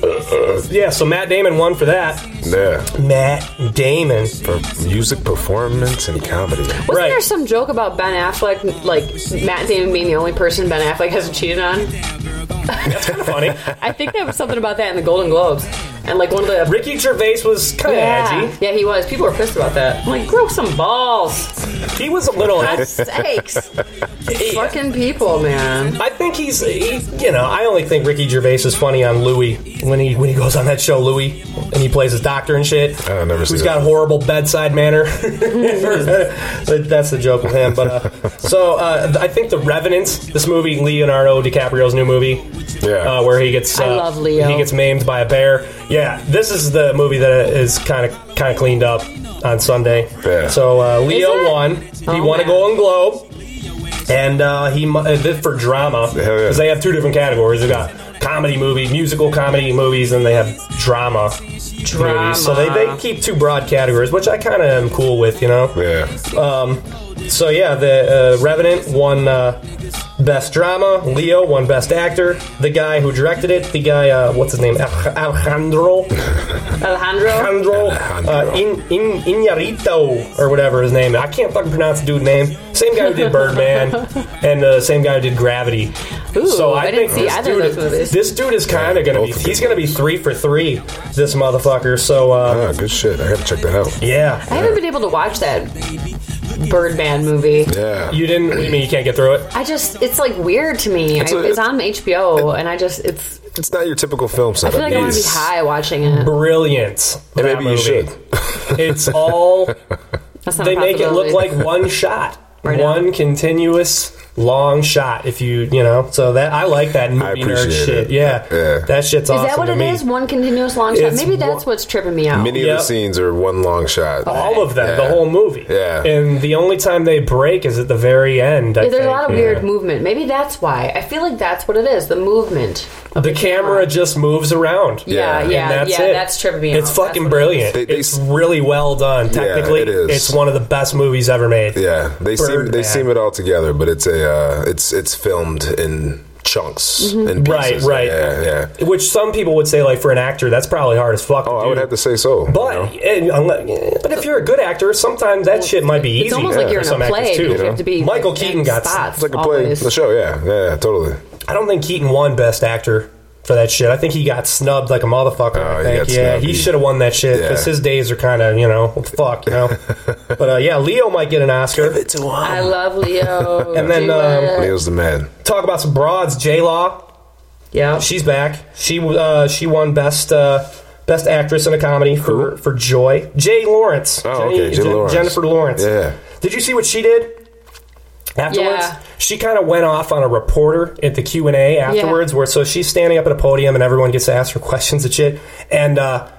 S2: yeah, so Matt Damon won for that.
S4: Yeah.
S2: Matt Damon.
S4: For music performance and comedy.
S3: wasn't
S2: Right.
S3: there some joke about Ben Affleck, like Matt Damon being the only person Ben Affleck hasn't cheated on?
S2: Funny.
S3: I think there was something about that in the Golden Globes. and like one of the Oh,
S2: Ricky Gervais was kind of
S3: yeah,
S2: edgy.
S3: yeah, he was. People were pissed about that. I'm like, grow some balls.
S2: He was a little
S3: God's
S2: edgy.
S3: sakes, fucking people, man.
S2: I think he's, he, you know, I only think Ricky Gervais is funny on Louis when he when he goes on that show Louis and he plays his doctor and shit.
S4: I never
S2: Who's
S4: seen
S2: got
S4: that.
S2: horrible bedside manner? But That's the joke with him. But uh, so uh, I think the Revenant, this movie, Leonardo DiCaprio's new movie,
S4: Yeah.
S2: uh, where he gets
S3: I
S2: uh,
S3: love Leo.
S2: he gets maimed by a bear. Yeah, this is the movie that is kind of kind of cleaned up on Sunday.
S4: Yeah.
S2: So uh,
S3: Is
S2: Leo
S3: it?
S2: won. He
S3: Oh,
S2: won a
S3: man.
S2: Golden Globe. And uh, he mu- uh, did for drama
S4: Hell yeah.
S2: because they have two different categories. They got comedy movie, musical comedy movies, and they have drama,
S3: Drama.
S2: movies. So they, they keep two broad categories, which I kind of am cool with, you know.
S4: Yeah.
S2: Um, so yeah, the uh, Revenant won uh, best drama. Leo won best actor. The guy who directed it, the guy, uh, what's his name, Al- Alejandro,
S3: Alejandro.
S2: Alejandro,
S4: Alejandro.
S2: Uh, in, in Iñárritu, or whatever his name. I can't fucking pronounce the dude name. Same guy who did Birdman, and the same guy who did Gravity.
S3: Ooh,
S2: so I,
S3: I didn't
S2: think
S3: see
S2: this
S3: either of
S2: dude,
S3: those movies.
S2: this dude is kind of gonna be
S4: Both of
S2: he's
S4: them.
S2: gonna be three for three. This motherfucker. So uh,
S4: Ah, good shit. I gotta check that out.
S2: yeah.
S3: I haven't been able to watch that Birdman movie.
S4: Yeah.
S2: You didn't. I mean, you can't get through it.
S3: I just, it's like weird to me. It's,
S4: It's a-
S3: it's on HBO, and I just, it's.
S4: it's not your typical film
S3: I
S4: setup.
S3: feel like I want to be
S4: It's-
S3: high watching it.
S2: Brilliant.
S4: Maybe
S2: that
S4: you
S2: movie.
S4: should.
S2: It's all
S3: That's not a
S2: they make it look
S3: possibility.
S2: like one shot,
S3: Right on.
S2: one continuous long shot. If you you know, so that I like that movie nerd
S4: appreciate
S2: shit.
S4: it.
S2: Yeah.
S4: Yeah.
S2: that shit's
S3: Is
S2: awesome.
S3: that what
S2: to
S3: it
S2: me.
S3: is? One continuous long shot.
S2: It's
S3: Maybe that's
S2: one-
S3: what's tripping me out.
S4: Many of
S2: Yep.
S4: the scenes are one long shot.
S2: All of them,
S4: Yeah.
S2: the whole movie.
S4: Yeah.
S2: And the only time they break is at the very end. I
S3: Yeah, there's a
S2: think.
S3: lot of weird movement. Maybe that's why. I feel like that's what it is. The movement.
S2: The, camera just moves around.
S3: Yeah,
S4: Yeah.
S3: yeah, yeah.
S2: and that's
S3: That's,
S2: it.
S3: tripping me.
S2: It's
S3: out. That's
S2: fucking
S3: what it
S2: brilliant.
S4: They- they-
S2: it's really well done. Technically,
S4: it is.
S2: it's one of the best movies ever made.
S4: Yeah, they seem they
S2: Birdman.
S4: seem it all together, but it's a uh, it's it's filmed in chunks and
S2: Right,
S4: pieces.
S2: right.
S4: Yeah, yeah.
S2: Which some people would say, like for an actor, that's probably hard as fuck.
S4: Oh,
S2: to
S4: I would
S2: do.
S4: have to say so. you
S2: But
S4: know?
S2: and uh, unle- but if you're a good actor, sometimes that shit might be easy.
S3: It's almost
S4: Yeah,
S3: like you're
S2: for
S3: in
S2: some
S3: a play.
S2: actors
S3: because
S2: too.
S3: you have to be
S2: Michael
S3: like,
S2: Keaton
S3: in
S2: got
S3: spots.
S4: it's like a play,
S3: always.
S4: the show. Yeah, yeah, totally.
S2: I don't think Keaton won Best Actor for that shit. I think he got snubbed like a motherfucker.
S4: Oh,
S2: I
S4: he
S2: think
S4: got
S2: yeah,
S4: snubbed.
S2: he should have won that shit
S4: Yeah.
S2: because his days are kind of you know fuck you know. but uh, yeah, Leo might get an Oscar.
S3: I love Leo.
S2: And then,
S3: Do
S2: um,
S3: it.
S4: Leo's the man.
S2: Talk about some broads. J Law,
S3: yeah,
S2: she's back. She uh, she won Best. Uh, Best actress in a comedy for, for Joy, Jay Lawrence. Jenny-
S4: Oh, okay, Jennifer
S2: Jen-
S4: Lawrence.
S2: Jennifer Lawrence.
S4: Yeah,
S2: Did you see what she did afterwards?
S3: Yeah.
S2: She kind of went off on a reporter at the Q and A afterwards, where so she's standing up at a podium and everyone gets to ask her questions and shit. And uh,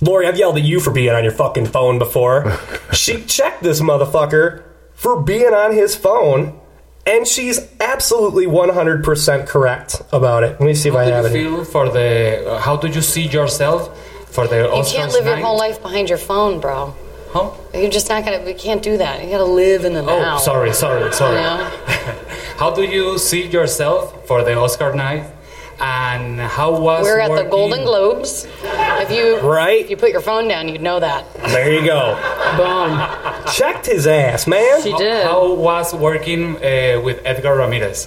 S2: Lori, I've yelled at you for being on your fucking phone before. she checked this motherfucker for being on his phone. And she's absolutely 100% correct about it. Let me see if I
S9: How
S2: have
S9: do
S2: it.
S9: you feel for the? uh, How do you see yourself for the
S10: You
S9: Oscars
S10: can't live your
S9: night?
S10: whole life behind your phone, bro.
S9: Huh?
S10: You're just not gonna. We can't do that. You gotta live in the
S9: Oh,
S10: now.
S9: sorry, sorry, sorry.
S10: Yeah.
S9: how do you see yourself for the Oscar night? And how was
S10: We're at the
S9: working-
S10: Golden Globes. If you
S2: Right?
S10: if you put your phone down, you'd know that.
S2: There you go.
S3: boom.
S2: Checked his ass, man.
S3: She did.
S9: How was working uh, with Edgar Ramirez?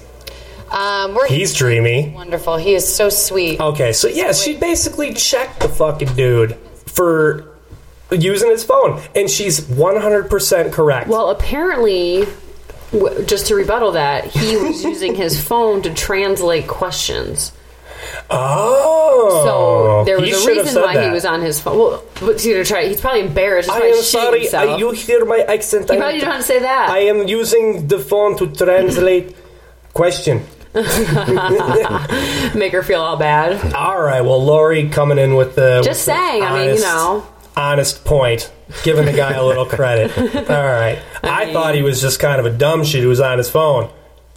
S10: Um, we're
S2: He's dreamy.
S10: wonderful. He is so sweet.
S2: Okay, so yeah, she basically checked the fucking dude for using his phone, and she's 100% correct.
S3: Well, apparently, w- just to rebuttal that, he was using his phone to translate questions.
S2: oh,
S3: So there was
S2: he
S3: a
S2: should have
S3: reason
S2: said
S3: why he
S2: that.
S3: was on his phone. Well, what's he gonna try? He's probably embarrassed. That's
S2: I
S3: why he
S2: am
S3: shit
S2: sorry.
S3: himself.
S2: I, you hear my accent. I
S3: probably
S2: am-
S3: don't know how to say that.
S2: I am using the phone to translate question.
S3: Make her feel all bad.
S2: All right. Well, Lori coming in with the with
S3: Just
S2: the
S3: saying. I mean, you
S2: honest-
S3: know.
S2: honest point, giving the guy a little credit. All right. I, thought he was just kind of a dumb shit who was on his phone.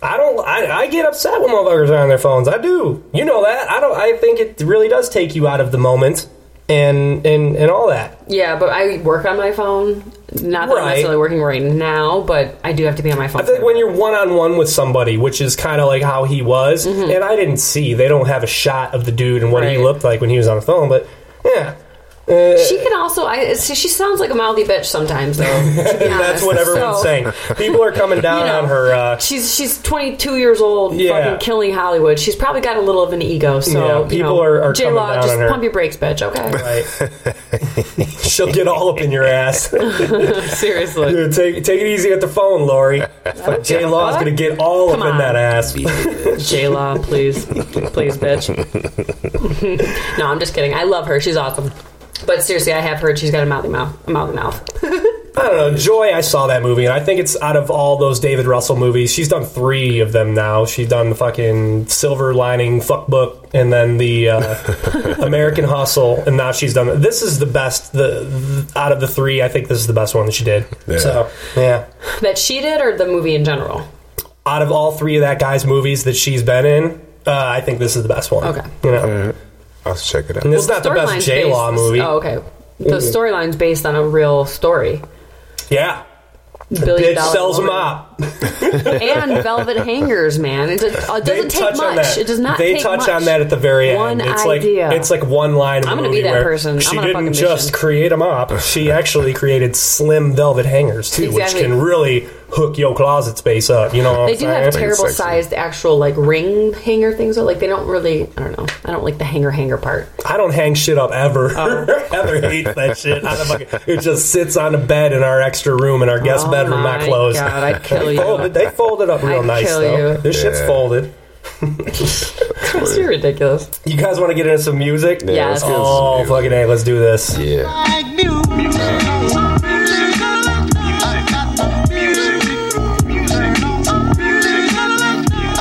S2: I don't. I, I get upset when motherfuckers are on their phones. I do. You know that. I don't. I think it really does take you out of the moment and and and all that.
S3: Yeah, but I work on my phone. Not that I'm
S2: Right.
S3: necessarily working right now, but I do have to be on my phone.
S2: I think when you're one on one with somebody, which is kind of like how he was, and I didn't see. They don't have a shot of the dude and what he
S3: Mm-hmm. Right.
S2: looked like when he was on the phone, but yeah.
S3: She can also. I see, she sounds like a mouthy bitch sometimes, though. to be
S2: That's
S3: honest.
S2: what everyone's
S3: So,
S2: saying. People are coming down
S3: You know.
S2: on her. Uh,
S3: She's she's 22 years old,
S2: Yeah.
S3: fucking killing Hollywood. She's probably got a little of an ego. So
S2: Yeah,
S3: you
S2: people
S3: know,
S2: are- are coming
S3: J-Law,
S2: down
S3: just
S2: on her.
S3: pump your brakes, bitch. Okay,
S2: right. She'll get all up in your ass.
S3: seriously.
S2: Dude, take take it easy at the phone, Lori. J Law's gonna get all
S3: Come
S2: up in
S3: on.
S2: that ass.
S3: J Law, please. Please, bitch. no, I'm just kidding. I love her. She's awesome. But seriously, I have heard she's got a mouthy mouth. A mouthy mouth.
S2: I don't know. Joy, I saw that movie, and I think it's out of all those David Russell movies. She's done three of them now. She's done the fucking Silver Lining, Fuck Book, and then the uh, American Hustle, and now she's done. This is the best. The, the- out of the three, I think this is the best one that she did.
S4: Yeah.
S2: So yeah,
S3: that she did, or the movie in general.
S2: out of all three of that guy's movies that she's been in, uh, I think this is the best one.
S3: Okay.
S2: you know,
S4: I'll check it out.
S2: and it's not the
S3: Storyline's
S2: best J Law
S3: based-
S2: movie. Mm-hmm.
S3: Oh, okay. The storyline's based on a real story.
S2: Yeah,
S3: Billion
S2: bitch
S3: dollar
S2: sells them
S3: woman.
S2: up.
S3: and velvet hangers, man. It, does, it
S2: They
S3: doesn't take
S2: touch on
S3: much.
S2: that.
S3: It does not.
S2: They
S3: take
S2: touch
S3: much.
S2: on that at the very
S3: One
S2: end. It's
S3: idea.
S2: like it's like one line. Of
S3: I'm
S2: the
S3: gonna be
S2: movie
S3: that
S2: where
S3: person. I'm
S2: She
S3: on a fucking
S2: didn't just
S3: mission.
S2: create them up. She actually created slim velvet hangers too,
S3: Exactly.
S2: which can really hook your closet space up. You know, what
S3: They
S2: I'm
S3: do have
S2: saying?
S3: terrible
S4: sexy.
S3: sized actual like ring hanger things. Though. Like they don't really. I don't know. I don't like the hanger hanger part.
S2: I don't hang shit up ever.
S3: Oh.
S2: Heather hates that shit. I don't fucking- it just sits on a bed in our extra room in our guest
S3: Oh
S2: bedroom.
S3: my
S2: clothes. Oh,
S3: God, I'd kill
S2: They
S3: you.
S2: folded- they folded up real
S3: I'd
S2: nice
S3: kill
S2: though.
S3: you.
S2: This shit's
S4: Yeah.
S2: folded.
S3: It's too ridiculous.
S2: You guys want to get into some music?
S4: Yeah,
S3: let's get into
S4: some
S2: Oh,
S4: music.
S2: fucking hey, let's do this.
S4: Yeah.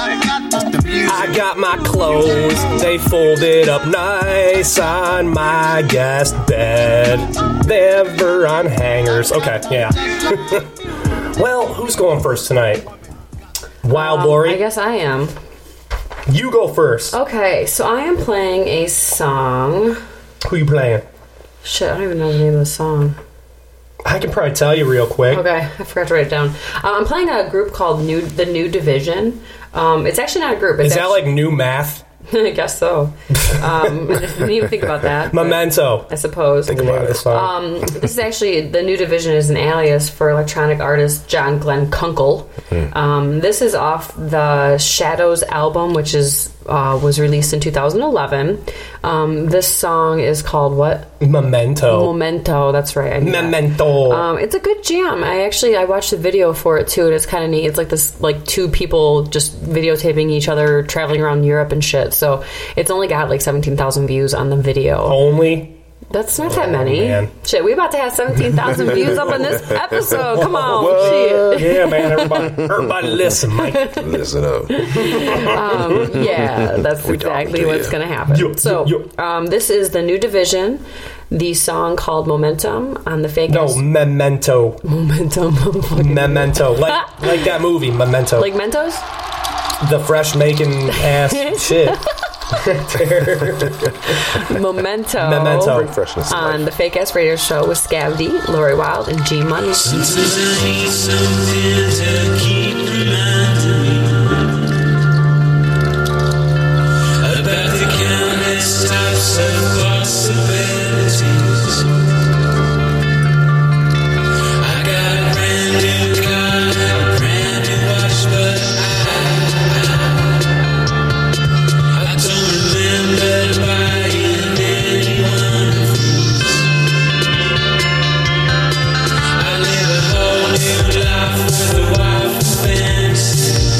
S2: I got my clothes, they folded up nice on my guest bed. They're on hangers. Okay, yeah. well, who's going first tonight? Wild
S3: Um,
S2: Lori,
S3: I guess Oh. I am.
S2: you go first.
S3: Okay, so I am playing a song.
S2: Who you playing?
S3: Shit, I don't even know the name of the song.
S2: I can probably tell you real quick.
S3: Okay, I forgot to write it down. Um, I'm playing a group called New the New Division. Um, it's actually not a group. It's
S2: Is that
S3: actu-
S2: like new math?
S3: I guess so. Um, I didn't even think about that. but
S2: Memento.
S3: I suppose.
S2: The name of the song.
S3: Um, this is actually the new division is an alias for electronic artist John Glenn Kunkel.
S2: Hmm.
S3: Um, this is off the Shadows album, which is uh, was released in 2011. Um, this song is called what?
S2: Memento.
S3: Memento. That's right. I knew that.
S2: Memento.
S3: Um, it's a good jam. I actually I watched a video for it too, and it's kind of neat. It's like this like two people just videotaping each other traveling around Europe and shit. So it's only got like seventeen thousand views on the video.
S2: Only.
S3: That's not that many.
S2: Oh. man.
S3: Shit, we about to have seventeen thousand views up on this episode. Come on, shit.
S2: Yeah, man. Everybody, everybody listen, Mike.
S4: Listen up.
S3: Um, Yeah, that's
S4: talking
S3: exactly
S4: to
S3: what's
S4: you.
S3: gonna happen.
S2: Yo,
S3: so
S2: yo,
S3: Um, this is the new division. The song called "Momentum" on the fake
S2: No, Memento.
S3: momentum,
S2: Memento, like like that movie Memento,
S3: Ah. like Mentos.
S2: the fresh making ass shit.
S3: Memento.
S2: Memento.
S4: Bring freshness. to
S3: on
S4: life.
S3: the Fake Ass Radio Show with Scav D, Lori Wild, and G Money.
S8: I live a whole new life with a wife and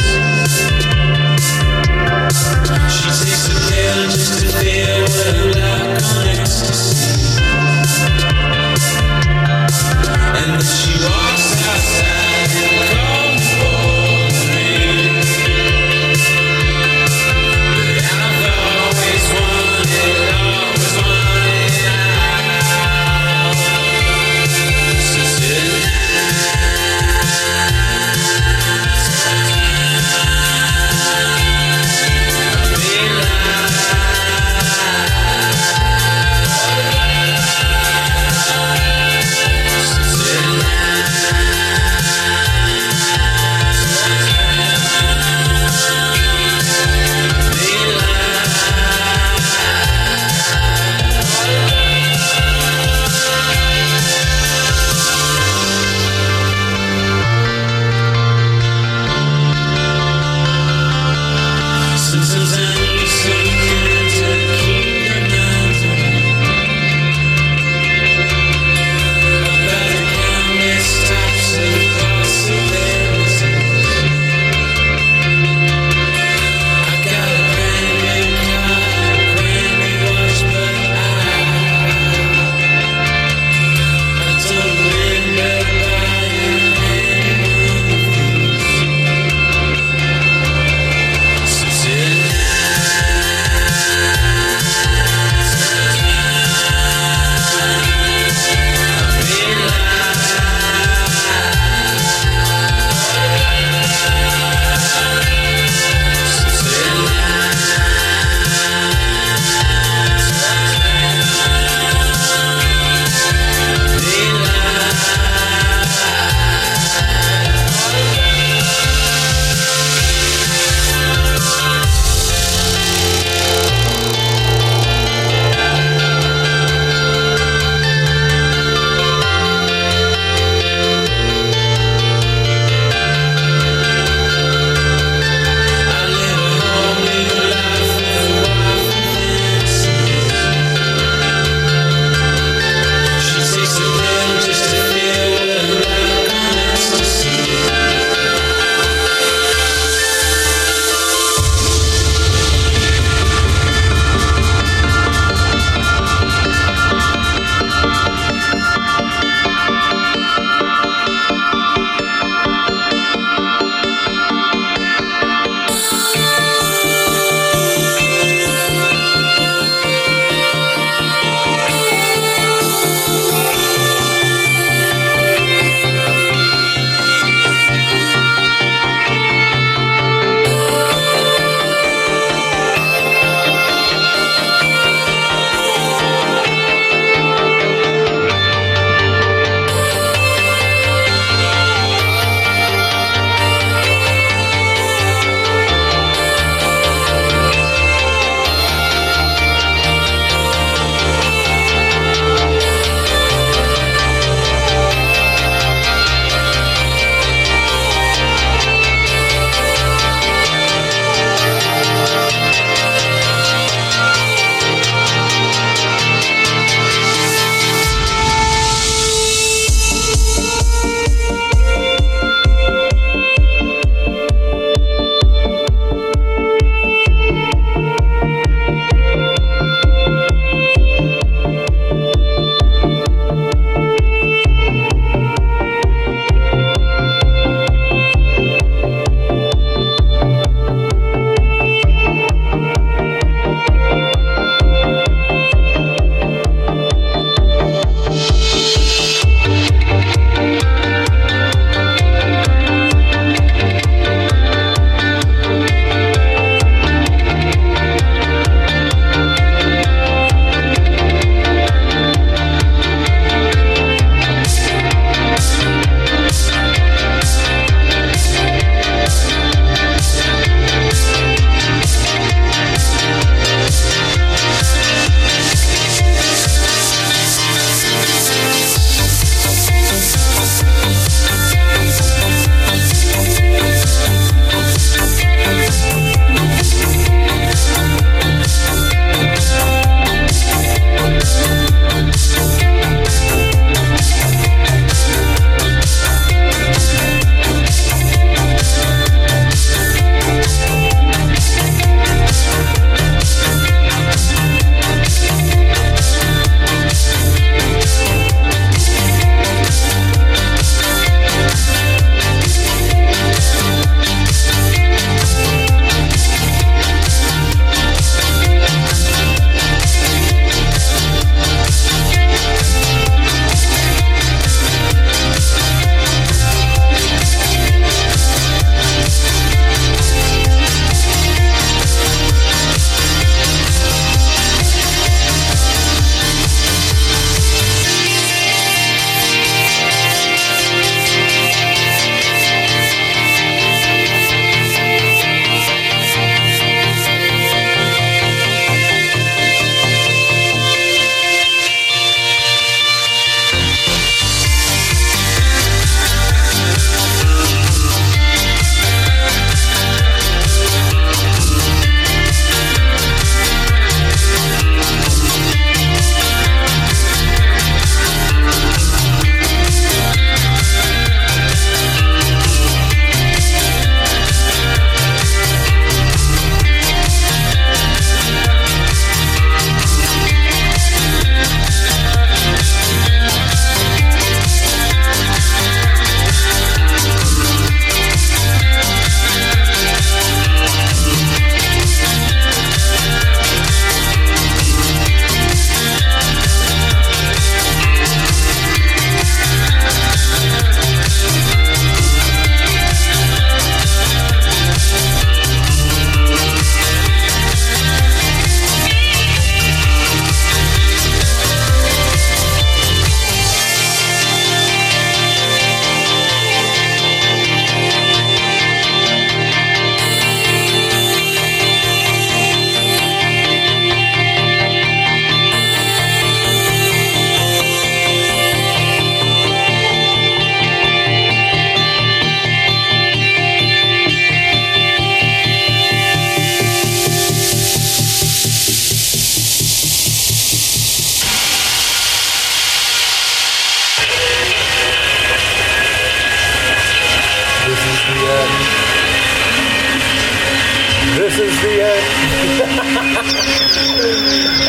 S2: uh, This is the uh, end.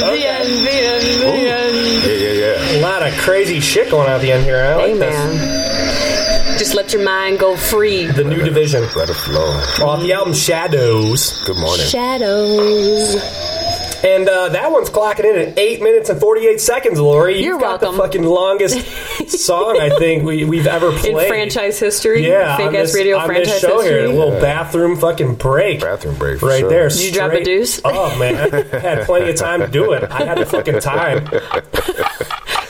S3: The end, the end, the end.
S4: Yeah, yeah, yeah.
S2: A lot of crazy shit going on at the end here. I like
S3: Hey,
S2: this.
S3: man. Just let your mind go free.
S2: The new division.
S4: Let it flow.
S2: Off the album Shadows.
S4: Good morning.
S3: Shadows.
S2: And uh, that one's clocking in at 8 minutes and 48 seconds, Lori. You've
S3: You're
S2: got
S3: welcome.
S2: the fucking longest song I think we, we've ever
S3: In
S2: played.
S3: franchise history.
S2: Yeah,
S3: Fake
S2: on
S3: ass
S2: this-
S3: radio
S2: on
S3: franchise
S2: this show
S3: history.
S2: here. A little bathroom fucking break.
S4: Bathroom break. for
S2: Right
S4: sure.
S2: there.
S3: Did you drop a
S2: straight
S3: deuce?
S2: Oh, man. I had plenty of time to do it. I had the fucking time.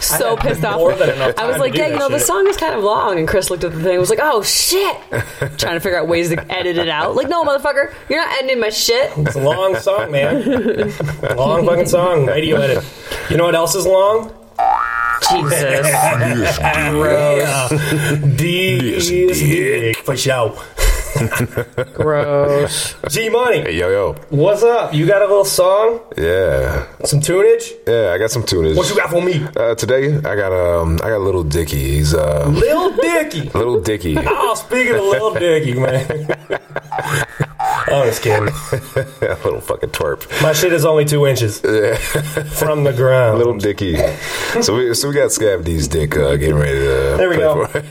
S3: so pissed off.
S2: more than enough
S3: I was
S2: time
S3: like,
S2: to do
S3: yeah, you
S2: that
S3: know, the
S2: shit."
S3: song is kind of long. And Chris looked at the thing and was like, oh, shit. Trying to figure out ways to edit it out. Like, no, motherfucker, you're not editing my shit.
S2: It's a long song, man. long fucking song. Radio edit. You know what else is long?
S3: Jesus.
S2: These Ah, dick for show.
S3: Gross.
S2: G Money,
S4: Hey, yo, yo.
S2: what's up? You got a little song,
S4: Yeah.
S2: some tunage?
S4: Yeah, I got some tunage.
S2: What you got for me?
S4: Uh, today, I got um, I got Little Dicky. He's uh,
S2: Lil Dicky.
S4: Little Dicky.
S2: Oh, speaking of Lil Dicky, man. I'm just kidding.
S4: little fucking twerp.
S2: My shit is only two inches from the ground.
S4: Little Dicky. So we so we got Scab D's dick uh, getting ready to.
S2: There we
S4: play
S2: go.
S4: for it.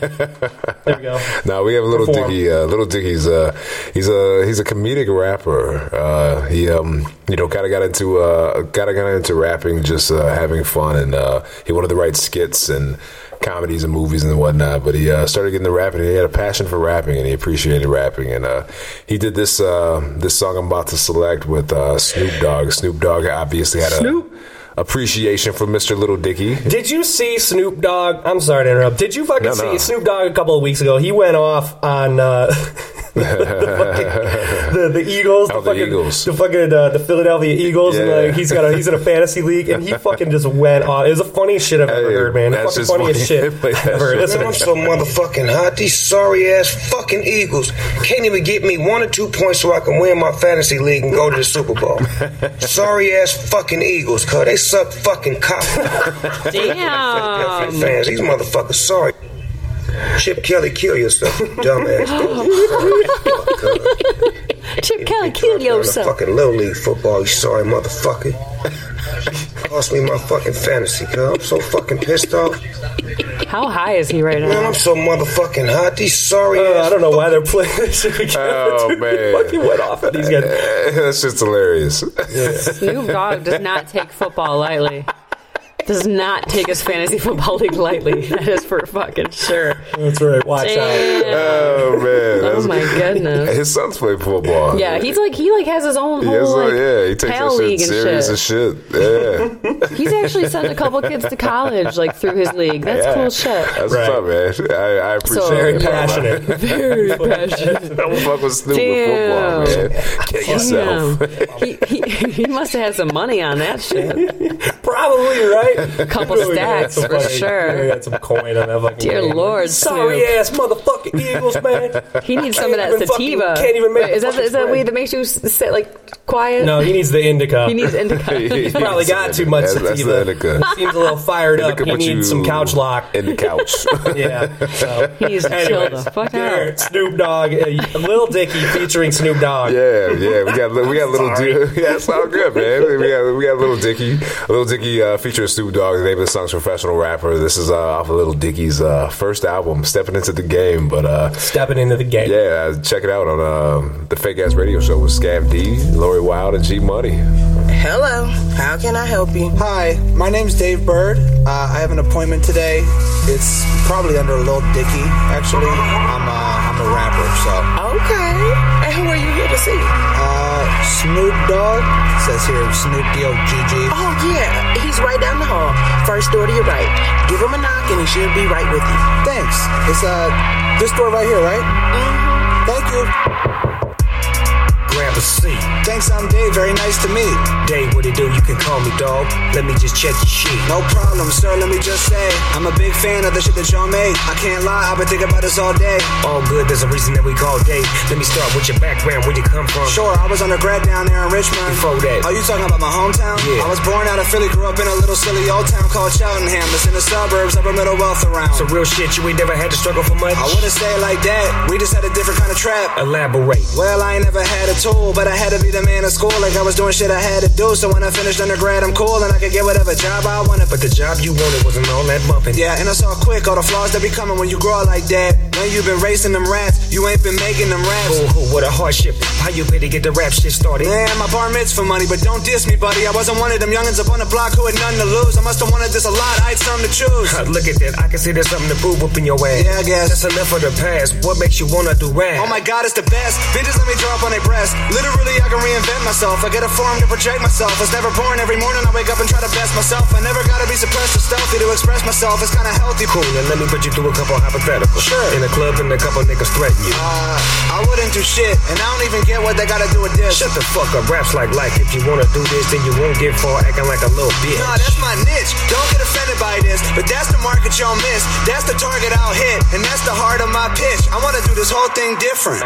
S2: there we go.
S4: Now we have Little
S2: Perform.
S4: Dicky. Uh, Little Dicky's uh, he's a he's a comedic rapper. Uh, he um, you know kind of got into uh, kind of got into rapping, just uh, having fun, and uh, he wanted to write skits and comedies and movies and whatnot. But he uh, started getting the rapping. He had a passion for rapping, and he appreciated rapping. And uh, he did this uh, this song I'm about to select with uh, Snoop Dogg. Snoop Dogg obviously had
S2: Snoop?
S4: a appreciation for Mr. Little Dicky.
S2: Did you see Snoop Dogg? I'm sorry to interrupt. Did you fucking
S4: No,
S2: see
S4: no.
S2: Snoop Dogg a couple of weeks ago? He went off on uh, the, fucking, the, the Eagles, the
S4: Oh, the
S2: fucking,
S4: Eagles.
S2: the fucking uh, the Philadelphia Eagles, and
S4: Yeah.
S2: like he's got a, he's in a fantasy league, and he fucking just went off. It was the funniest shit I've ever
S4: Hey,
S2: heard, man. The
S4: that's
S2: fucking funniest
S4: just funny.
S2: shit
S4: Play that
S2: I've ever.
S4: shit.
S2: Listen,
S11: I'm so motherfucking hot. These sorry ass fucking Eagles can't even get me one or two points so I can win my fantasy league and go to the Super Bowl. sorry ass fucking Eagles, cuz they suck fucking cock.
S3: Damn.
S11: fans, these motherfuckers sorry. Chip Kelly, kill yourself, you dumbass. Don't be sorry.
S3: Chip Kelly, kill
S11: You're
S3: yourself.
S11: fucking little league football, you sorry motherfucker. Cost me my fucking fantasy, cuz. I'm so fucking pissed off.
S3: How high is he right
S11: Man,
S3: now?
S11: I'm so motherfucking hot. These sorry
S2: uh,
S11: ass
S2: I don't know why they're playing this shit again.
S4: Oh,
S2: Dude,
S4: man.
S2: He fucking went off at these guys.
S4: That's just hilarious.
S3: Snoop Dogg does not take football lightly. Does not take his fantasy football league lightly. That is for fucking sure.
S2: That's right. Watch out.
S3: Damn.
S4: Oh man,
S3: Oh
S4: that's-
S3: my goodness.
S4: His sons play football.
S3: Yeah, he's like he like has his own
S4: He
S3: whole
S4: has a-
S3: like
S4: yeah, he takes
S3: pal
S4: that
S3: league
S4: shit serious
S3: and
S4: as
S3: shit.
S4: shit. Yeah,
S3: He's actually sent a couple kids to college like through his league. That's
S4: Yeah.
S3: cool shit.
S4: that's
S2: Right.
S4: what's up, man. I, I appreciate
S3: So-
S4: it.
S2: Very passionate.
S3: Yeah. Very passionate.
S4: Don't fuck with Snoop
S3: Damn.
S4: with football, man. Get yourself.
S3: Damn. He, he, he must have had some money on that shit.
S2: Probably right.
S3: Couple
S2: We got
S3: stacks
S2: some
S3: for
S2: fucking-
S3: sure.
S2: We got some coin on that fucking.
S3: Dear
S2: game.
S3: Lord,
S2: sorry
S3: Snoop.
S2: ass motherfucking Eagles, man.
S3: He needs some of
S2: Can't
S3: that
S2: even fucking-
S3: sativa.
S2: can't even make
S3: Wait, is that
S2: fucking
S3: is that
S2: spread.
S3: weed that makes you s- sit like quiet?
S2: No, he needs the indica.
S3: He needs indica.
S4: He's
S2: Probably got too much
S4: that's,
S2: sativa.
S4: That's the indica.
S2: Seems a little fired up.
S4: Indica
S2: He
S4: put you
S2: needs some couch lock.
S4: in the couch.
S2: Yeah. So.
S3: He needs to chill
S2: Anyways,
S3: the fuck
S2: there,
S3: out.
S2: Snoop Dogg, uh, Lil Dicky featuring Snoop Dogg.
S4: Yeah, yeah, we got we got little
S2: sorry.
S4: Dicky. Yeah, it's all good, man. We got we got little Dicky, little Dicky uh, featuring Snoop Dogg, the name of the song's professional rapper. This is uh, off of Little Dicky's uh, first album, stepping into the game. But uh,
S2: Stepping into the game.
S4: yeah, uh, check it out on uh, the Fake Ass Radio Show with Scab D, Lori Wild, and G Money.
S1: Hello, how can I help you? Hi, my name's Dave Bird. Uh, I have an appointment today. It's probably under Lil Dicky, actually. I'm uh, a, I'm a rapper, so. Okay, and who are you here to see? Uh, Snoop Dogg. It says here Snoop D-O-G-G. Oh, yeah, he's right down the hall. First door to your right. Give him a knock and he should be right with you. Thanks. It's uh, this door right here, right? Mm-hmm. Thank you. Grab a seat. Thanks, I'm Dave. Very nice to meet.
S2: Dave, what it do? You can call me dog. Let me just check your sheet.
S1: No problem, sir. Let me just say, I'm a big fan of the shit that y'all made. I can't lie, I've been thinking about this all day.
S2: All good. There's a reason that we call Dave. Let me start with your background, where you come from.
S1: Sure, I was undergrad down there in Richmond.
S2: Before that.
S1: Oh, you talking about my hometown?
S2: Yeah.
S1: I was born out of Philly, grew up in a little silly old town called Cheltenham. It's in the suburbs, upper middle wealth around.
S2: So real shit, you ain't never had to struggle for much.
S1: I wouldn't say it like that. We just had a different kind of trap.
S2: Elaborate.
S1: Well, I ain't never had a tool, but I had to be the man at school. Like I was doing shit I had to do. So when I finished undergrad, I'm cool and I could get whatever job I wanted.
S2: But the job you wanted wasn't all that bumping.
S1: Yeah, and I saw quick all the flaws that be coming when you grow up like that. When you been racing them raps, you ain't been making them raps.
S2: Ooh, ooh, what a hardship. How you pay to get the rap shit started?
S1: Yeah, my bar mitzvah money, but don't diss me, buddy. I wasn't one of them youngins up on the block who had nothing to lose. I must have wanted this a lot. I had something to choose.
S2: Look at that. I can see there's something to prove up in your ass.
S1: Yeah, I guess.
S2: That's enough of the past. What makes you wanna do rap?
S1: Oh my god, it's the best. Bitches let me draw up on their breast. Literally, I can reinvent myself. I get a forum to project myself. It's never boring. Every morning I wake up and try to best myself. I never gotta be suppressed or stealthy to express myself. It's kinda healthy.
S2: Cool, and let me put you through a couple hypotheticals.
S1: Sure.
S2: In a club and a couple niggas threaten you.
S1: Uh, I wouldn't do shit, and I don't even get what they gotta do with this.
S2: Shut the fuck up, raps like like. If you wanna do this, then you won't get far acting like a little bitch.
S1: Nah, that's my niche. Don't get offended by this. But that's the market y'all miss. That's the target I'll hit. And that's the heart of my pitch. I wanna do this whole thing different.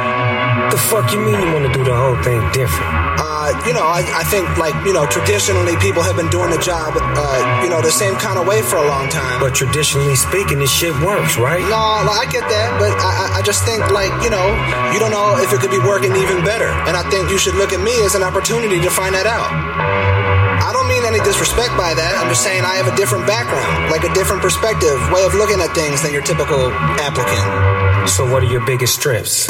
S2: The fuck you mean you wanna do the whole thing different?
S1: Uh, you know, I, I think, like, you know, traditionally people have been doing the job, uh, you know, the same kind of way for a long time.
S2: But traditionally speaking, this shit works, right?
S1: No, like, I get that, but I, I- I just think, like, you know, you don't know if it could be working even better. And I think you should look at me as an opportunity to find that out. I don't mean any disrespect by that. I'm just saying I have a different background, like a different perspective, way of looking at things than your typical applicant.
S2: So what are your biggest strengths?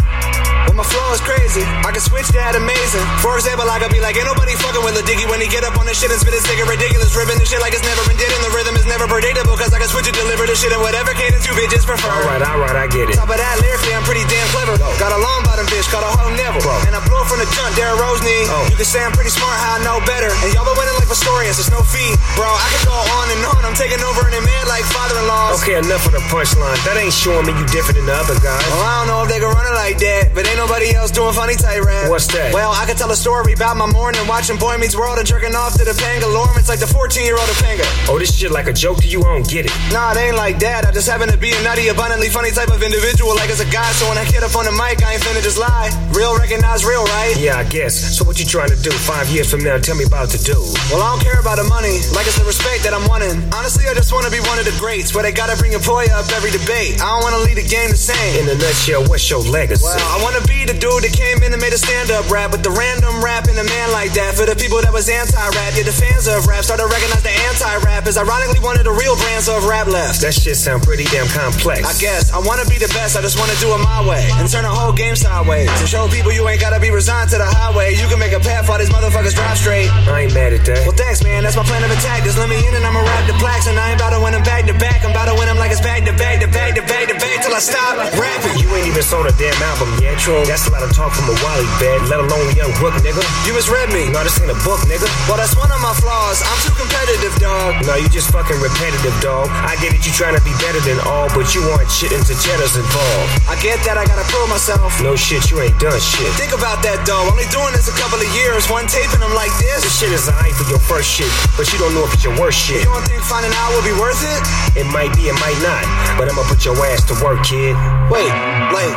S1: Well, my flow is crazy. I can switch that amazing. For example, I could be like, ain't nobody fucking with Lil Dicky when he get up on this shit and spit his nigga ridiculous. Ripping this shit like it's never been did, and the rhythm is never predictable. Cause I can switch it, deliver this shit in whatever cadence you bitches prefer.
S2: Alright, alright, I get it.
S1: Top of that, lyrically, I'm pretty damn clever. Got a long bottom bitch, called a whole Neville. And I blew it from the jump, Darren Rose knee.
S2: Oh.
S1: You can say I'm pretty smart, how I know better. And y'all been winning like Pistorius, it's no fee. Bro, I could go on and on. I'm taking over in a man like father in law.
S2: Okay, enough of the punchline. That ain't showing me you different than the other guys.
S1: Well, I don't know if they can run it like that, but ain't nobody else doing funny type rap.
S2: What's that?
S1: Well, I could tell a story about my morning watching Boy Meets World and jerking off to the Pangalorm. It's like the 14 year old of Panga.
S2: Oh, this shit like a joke to you? I don't get it.
S1: Nah, it ain't like that. I just happen to be a nutty, abundantly funny type of individual. Like as a guy, so when I get up on the mic, I ain't finna just lie. Real recognize real, right?
S2: Yeah, I guess. So what you trying to do five years from now? Tell me about the dude.
S1: Well, I don't care about the money, like it's the respect that I'm wanting. Honestly, I just wanna be one of the greats, where they gotta bring your boy up every debate. I don't wanna lead the game the same.
S2: In a nutshell, what's your legacy?
S1: Well, I wanna be the dude that came in and made a stand-up rap with the random rap and a man like that. For the people that was anti-rap, yeah, the fans of rap started to recognize the anti-rap is ironically one of the real brands of rap left.
S2: That shit sound pretty damn complex.
S1: I guess I wanna be the best, I just wanna do it my way. And turn the whole game sideways. To show people you ain't gotta be resigned to the highway. You can make a path for these motherfuckers drive straight.
S2: I ain't mad at that.
S1: Well, thanks, man. That's my plan of attack. Just let me in and I'ma rap the plaques. And I ain't about to win them back to back. I'm about to win them like it's back to back to back to back to back till I stop rapping.
S2: You ain't even sold a damn album yet. True. That's a lot of talk from a Wally bad, let alone a young book, nigga.
S1: You misread me.
S2: No, this ain't a book, nigga.
S1: Well, that's one of my flaws. I'm too competitive, dog.
S2: No, you just fucking repetitive, dog. I get it, you trying to be better than all, but you aren't shit until cheddar's involved.
S1: I get that I gotta prove myself.
S2: No shit, you ain't done shit.
S1: Think about that though. Only doing this a couple of years. One taping them like this.
S2: This shit is alright for your first shit, but you don't know if it's your worst shit.
S1: You don't think finding out will be worth it?
S2: It might be, it might not, but I'ma put your ass to work, kid.
S1: Wait, like,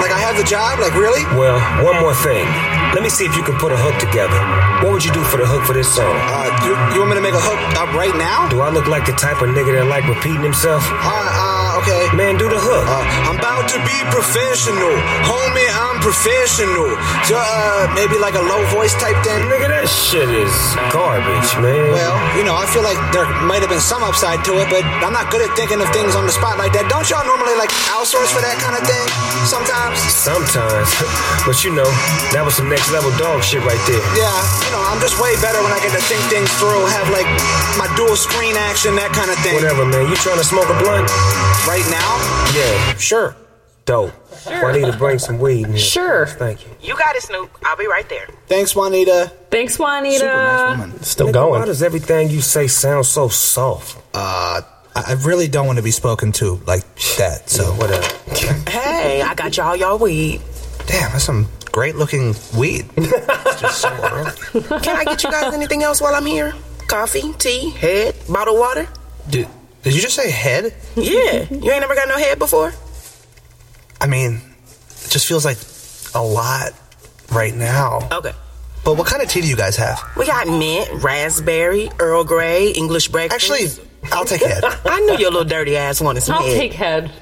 S1: like I have the job? Like really?
S2: Well, one more thing. Let me see if you can put a hook together. What would you do for the hook for this song?
S1: Uh, you, you want me to make a hook up right now?
S2: Do I look like the type of nigga that like repeating himself?
S1: Uh, uh, okay.
S2: Man, do the hook.
S1: Uh, I'm about to be professional, homie. I'm professional. So, uh, maybe like a low voice type thing.
S2: Nigga, that shit is garbage, man.
S1: Well, you know, I feel like there might have been some upside to it, but I'm not good at thinking of things on the spot like that. Don't y'all normally like outsource for that kind of thing sometimes?
S2: Sometimes. but you know, that was some next level dog shit right there.
S1: Yeah, you know, I'm just way better when I get to think things through, have like my dual screen action, that kind of thing.
S2: Whatever, man. You trying to smoke a blunt?
S1: Right now?
S2: Yeah.
S1: Sure.
S2: Dope. Juanita, bring some weed. in here.
S3: Sure.
S2: Thank you.
S12: You got it, Snoop. I'll be right there.
S1: Thanks, Juanita.
S3: Thanks, Juanita.
S13: Still
S2: Nigga, Why
S13: going.
S2: does everything you say sound so soft?
S1: Uh, I I really don't want to be spoken to like that, so.
S2: Whatever.
S12: Hey, I got y'all y'all weed.
S1: Damn, that's some
S14: great looking weed. It's just so early.
S15: Can I get you guys anything else while I'm here? Coffee, tea, head, bottled water?
S14: Did, did you just say head?
S15: Yeah. You ain't never got no head before?
S14: I mean, it just feels like a lot right now.
S15: Okay.
S14: But what kind of tea do you guys have?
S15: We got mint, raspberry, Earl Grey, English breakfast.
S14: Actually, I'll take head.
S15: I knew your little dirty ass wanted some
S3: I'll
S15: head.
S3: take head.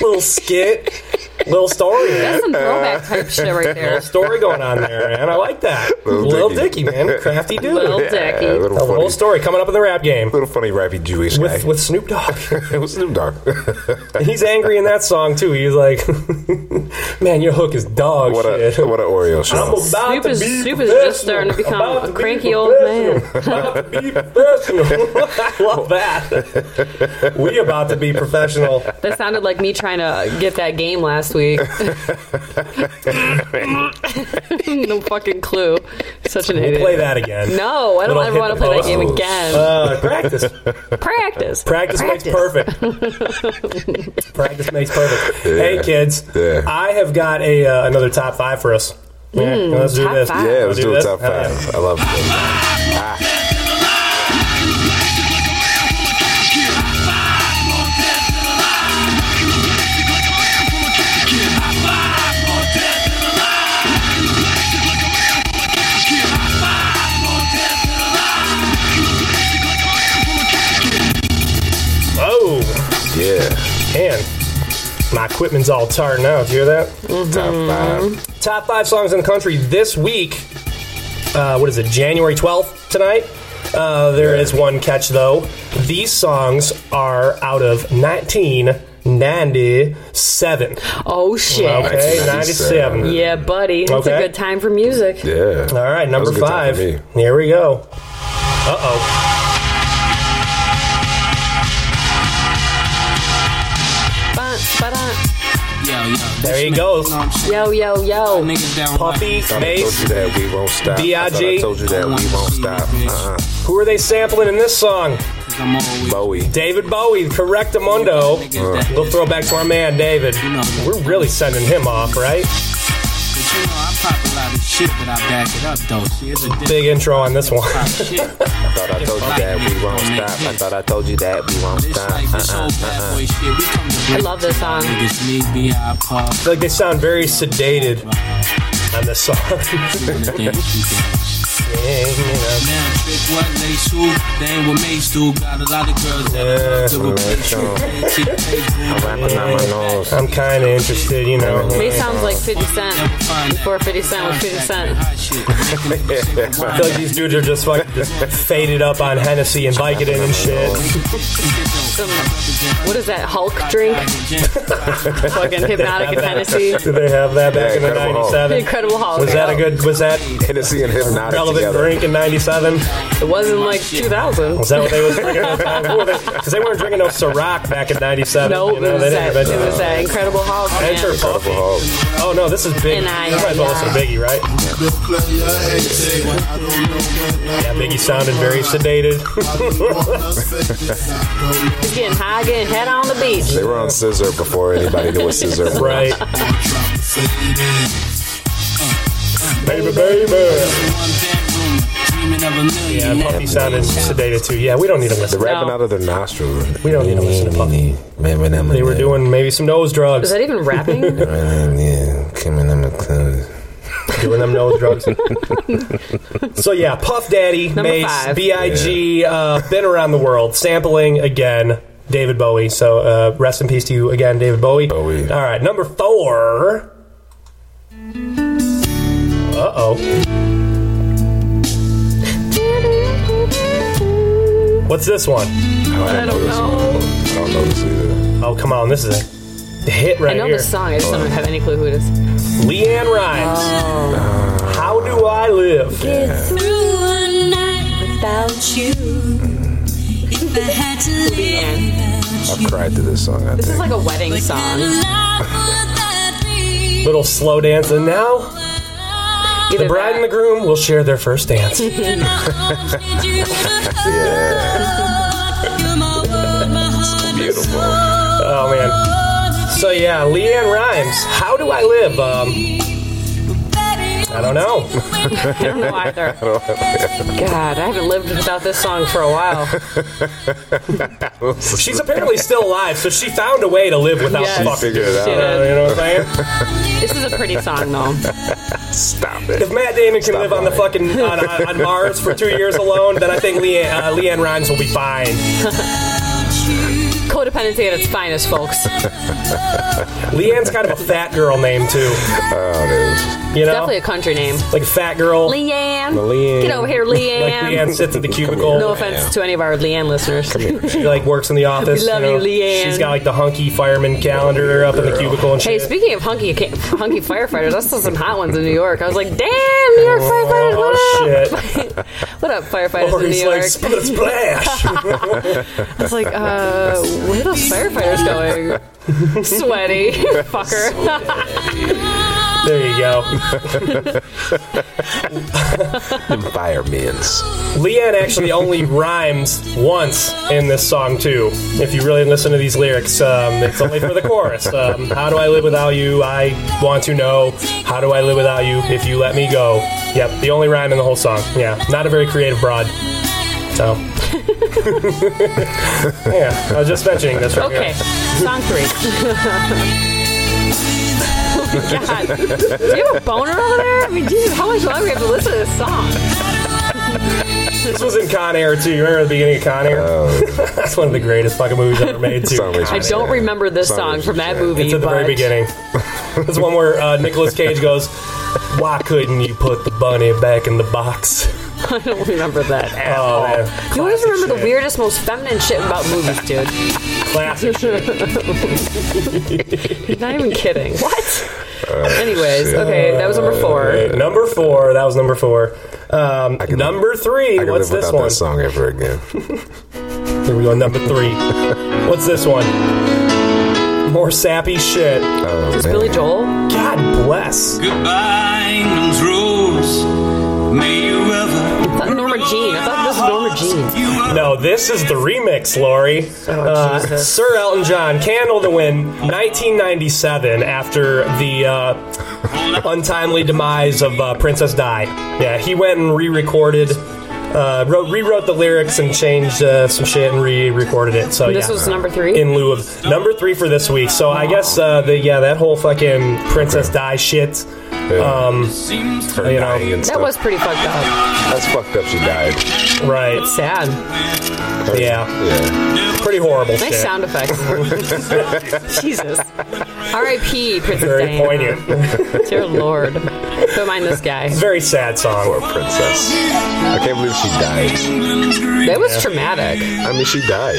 S2: little skit, little story. man.
S3: some throwback type shit right there.
S2: Little story going on there, man. I like that. Little, Dicky. man, crafty dude.
S3: Lil Dicky.
S4: Yeah, little
S2: a
S4: funny.
S2: whole story coming up in the rap game
S4: Little funny rappy Jewish
S2: with
S4: guy.
S2: with Snoop Dogg.
S4: it was Snoop Dogg.
S2: He's angry in that song too. He's like, "Man, your hook is dog
S4: what
S2: Oh, shit."
S4: a what an Oreo show.
S2: I'm about
S3: Snoop
S2: to
S3: is,
S2: be
S3: Snoop is just starting to
S2: professional. About to
S3: become a
S2: be
S3: cranky old man.
S2: professional. I love that. We about to be professional.
S3: That sounded like me trying to get that game last week. no fucking clue. Such an
S2: We'll
S3: idiot.
S2: play that again.
S3: No, I don't
S2: Little
S3: ever want to play that game
S2: hippopotamus.
S3: again.
S2: Uh, practice.
S3: Practice.
S2: Practice, makes perfect. Practice makes perfect. Hey, kids.
S4: Yeah.
S2: I have got a uh, another top five for us. Yeah,
S3: Mm,
S2: let's do
S3: top
S2: this.
S3: five.
S4: Yeah, let's
S2: Wanna
S4: do a
S2: this?
S4: top
S2: Hell yeah.
S4: five. I love it. Ah,
S2: Oh,
S4: yeah.
S2: man. My equipment's all tarred now. Do you hear that?
S4: Top
S2: Mm-hmm.
S4: five.
S2: Top five songs in the country this week. Uh, what is it? January twelfth tonight. Uh, there is one catch though. These songs are out of nineteen ninety-seven.
S3: Oh shit.
S2: Okay,
S4: 97.
S2: ninety-seven.
S3: Yeah, buddy. It's a
S2: Okay.
S3: good time for music.
S4: Yeah.
S2: All right,
S4: That
S2: number
S4: was a good time
S2: five.
S4: for me.
S2: Here we go. Uh oh.
S3: Bun, ba-dun.
S2: There he goes.
S3: Yo, yo, yo.
S2: Puffy,
S4: Thought I told you
S2: Mace.
S4: that we won't stop. I thought I
S2: B.I.G..
S4: told you that we won't stop. Uh-uh.
S2: Who are they sampling in this song?
S4: Bowie.
S2: David Bowie, Correctamundo.
S4: Uh.
S2: We'll throw back to our man, David. We're really sending him off, right?
S8: But you know, I pop a lot of shit, but I back it up though. See, it's a different
S2: Big intro on this one.
S8: kind of shit.
S4: I thought I told you that we won't stop. I thought I told you that we won't
S8: This
S4: stop.
S8: life is so
S4: Uh-uh.
S8: bad boy shit. We come to
S3: I love this song.
S8: Niggas need be our pop.
S2: Like they sound very sedated on this song. Yeah,
S8: Now, trick what they shoot, they ain't what mates do. Got a lot of girls that
S2: Yeah,
S8: love to replace you.
S4: man,
S8: They keep Facebook,
S4: I'm rapping on my nose.
S2: I'm kind of interested, you know.
S3: They sounds like 50 Cent.
S8: never find that
S3: Before 50 Cent was 50 Cent.
S8: hot shit. Making it shit
S2: I feel like these dudes are just fucking just faded up on Hennessy and Vicodin and shit.
S3: Some, what is that, Hulk drink? Fucking hypnotic and Hennessy.
S2: Did they have that back
S4: Yeah,
S2: in the
S4: Incredible Hulk.
S2: 97?
S3: The Incredible Hulk.
S2: Was that a good, was that
S4: Hennessy and hypnotic
S2: relevant
S4: together.
S2: drink in 97?
S3: It wasn't like 2000.
S2: Was that what they was drinking? Because they weren't drinking no Ciroc back in 97.
S3: Nope,
S2: you know,
S3: it, was
S2: they
S3: that,
S2: didn't
S3: it
S2: invent
S3: was that Incredible Hulk. man.
S2: Enter Puffy.
S4: Incredible Hulk.
S2: Oh no, this is Biggie. You
S3: And I-
S2: might as well listen to
S3: yeah.
S2: Biggie, right?
S6: The player hating, I don't know what
S2: Yeah, Biggie sounded very sedated.
S3: He's getting high, getting head on the beach.
S4: They were on Scissor before anybody knew what Scissor was.
S2: right. Baby, baby. Yeah, Puffy sounded sedated too. Yeah, we don't need to
S4: The
S2: listen.
S4: rapping
S3: No.
S4: out of their nostrils.
S2: We don't need to listen to Puffy. They were doing maybe some nose
S3: Is
S2: drugs.
S3: that even rapping?
S4: uh-uh. Yeah, coming in the club.
S2: Doing them nose drugs. so yeah, Puff Daddy, Mace,
S3: five.
S2: B.I.G. Uh, been around the world, sampling again. David Bowie. So uh, rest in peace to you again, David Bowie.
S4: Bowie.
S2: All right, number four. Uh oh. What's this one?
S4: I
S3: don't
S4: this
S3: know.
S4: one. I don't know this either.
S2: Oh come on, this is a hit
S3: I
S2: right
S3: know
S2: here.
S3: this song. I just don't have any clue who it is.
S2: Leanne Rhymes.
S3: Oh.
S2: How do I live?
S5: Through a night without you.
S2: Mm.
S5: If I had to live without
S4: I've cried to this song, I
S3: This is
S4: think.
S3: like a wedding song.
S5: you, what would that be?
S2: Little slow dance, and now the
S3: Either
S2: bride
S3: that-
S2: and the groom will share their first dance.
S5: In my arms, need you to hold. You're my world, my heart,
S4: Beautiful.
S5: soul.
S2: Oh man, So yeah, Leanne Rhymes. How do I live? Um, I don't know. I
S3: don't know either. God, I haven't lived without this song for a while.
S2: She's apparently still alive, so she found a way to live without
S3: Yes. She
S2: fucking.
S4: figured it
S2: Uh,
S4: out.
S2: You know what I'm
S3: This is a pretty song, though.
S2: saying? Stop it. If Matt Damon can live on the fucking on, on, on Mars for two years alone, then I think Leanne, uh, Leanne Rhymes will be fine.
S3: Codependency at its finest, folks.
S2: Leanne's kind of a fat girl name too. Oh, it is. You know,
S3: Definitely a country name.
S2: like fat girl.
S3: Leanne.
S2: Leanne.
S3: Get over here, Leanne.
S2: Like Leanne sits at the cubicle.
S3: No offense to any of our Leanne listeners.
S2: She like works in the office.
S3: We love
S2: you, know.
S3: you, Leanne.
S2: She's got like the hunky fireman calendar up in the cubicle and
S3: Hey,
S2: shit.
S3: speaking of hunky ca- hunky firefighters, I saw some hot ones in New York. I was like, damn, New York
S2: Oh,
S3: firefighters, what up? what up, firefighters in
S2: Lori's
S3: New York?
S2: like, split splash.
S3: I was like, uh, where the firefighters going? Sweaty fucker.
S2: There you go.
S4: Environments.
S2: Leanne actually only rhymes once in this song too. If you really listen to these lyrics, um, it's only for the chorus. Um, How do I live without you? I want to know. How do I live without you? If you let me go. Yep, the only rhyme in the whole song. Yeah, not a very creative broad. So. yeah, I was just mentioning this right
S3: okay,
S2: here.
S3: song three. Oh God, do you have a boner over there? I mean, Jesus, how much longer do we have to listen to this song?
S2: This was in Con Air too. You remember the beginning of Con Air? That's one of the greatest fucking movies ever made too.
S4: Song makes me
S3: I don't
S4: sad.
S3: remember this
S4: Song
S3: song
S4: makes
S3: from
S4: me
S3: that
S4: sad.
S3: movie.
S2: It's at the
S3: but
S2: very beginning. It's one where uh, Nicolas Cage goes, "Why couldn't you put the bunny back in the box?"
S3: I don't remember that at
S2: Oh,
S3: all.
S2: man.
S3: You always remember the
S2: shit.
S3: weirdest, most feminine shit about movies, dude.
S2: Classic.
S3: Not even kidding. What? Anyways,
S2: Oh,
S3: okay, that was number four.
S2: Alright, number four. That was number four. Um, number three.
S4: I can
S2: What's
S4: live
S2: this
S4: without
S2: one?
S4: that song ever again.
S2: Here we go. Number three. What's this one? More sappy shit.
S4: Oh,
S3: Is
S4: man.
S3: Billy Joel?
S2: God bless.
S8: Goodbye, England's rose. May you ever.
S3: I thought Norma Jean. I thought this was Norma Jean.
S2: No, this is the remix, Lori. Uh,
S3: Oh, Jesus.
S2: Sir Elton John, Candle to Win, 1997, after the uh, untimely demise of uh, Princess Di. Yeah, he went and re recorded, uh, wrote, rewrote the lyrics and changed uh, some shit and re recorded it. So
S3: This
S2: yeah.
S3: was number three?
S2: In lieu of number three for this week. So I guess, uh, the, yeah, that whole fucking Princess Di shit. Um,
S4: Her
S2: you know,
S4: dying and
S3: That
S4: stuff.
S3: was pretty fucked up.
S4: That's fucked up. She died.
S2: right.
S3: Sad.
S4: Her-
S2: Yeah.
S4: Yeah.
S2: Pretty horrible
S3: Nice
S2: shit.
S3: sound effects. Jesus. R.I.P. Princess
S2: Very
S3: Diana.
S2: poignant.
S3: Dear Lord. Don't mind this guy.
S2: Very sad song.
S4: Poor princess. I can't believe she died.
S3: That was traumatic.
S4: I mean, she died.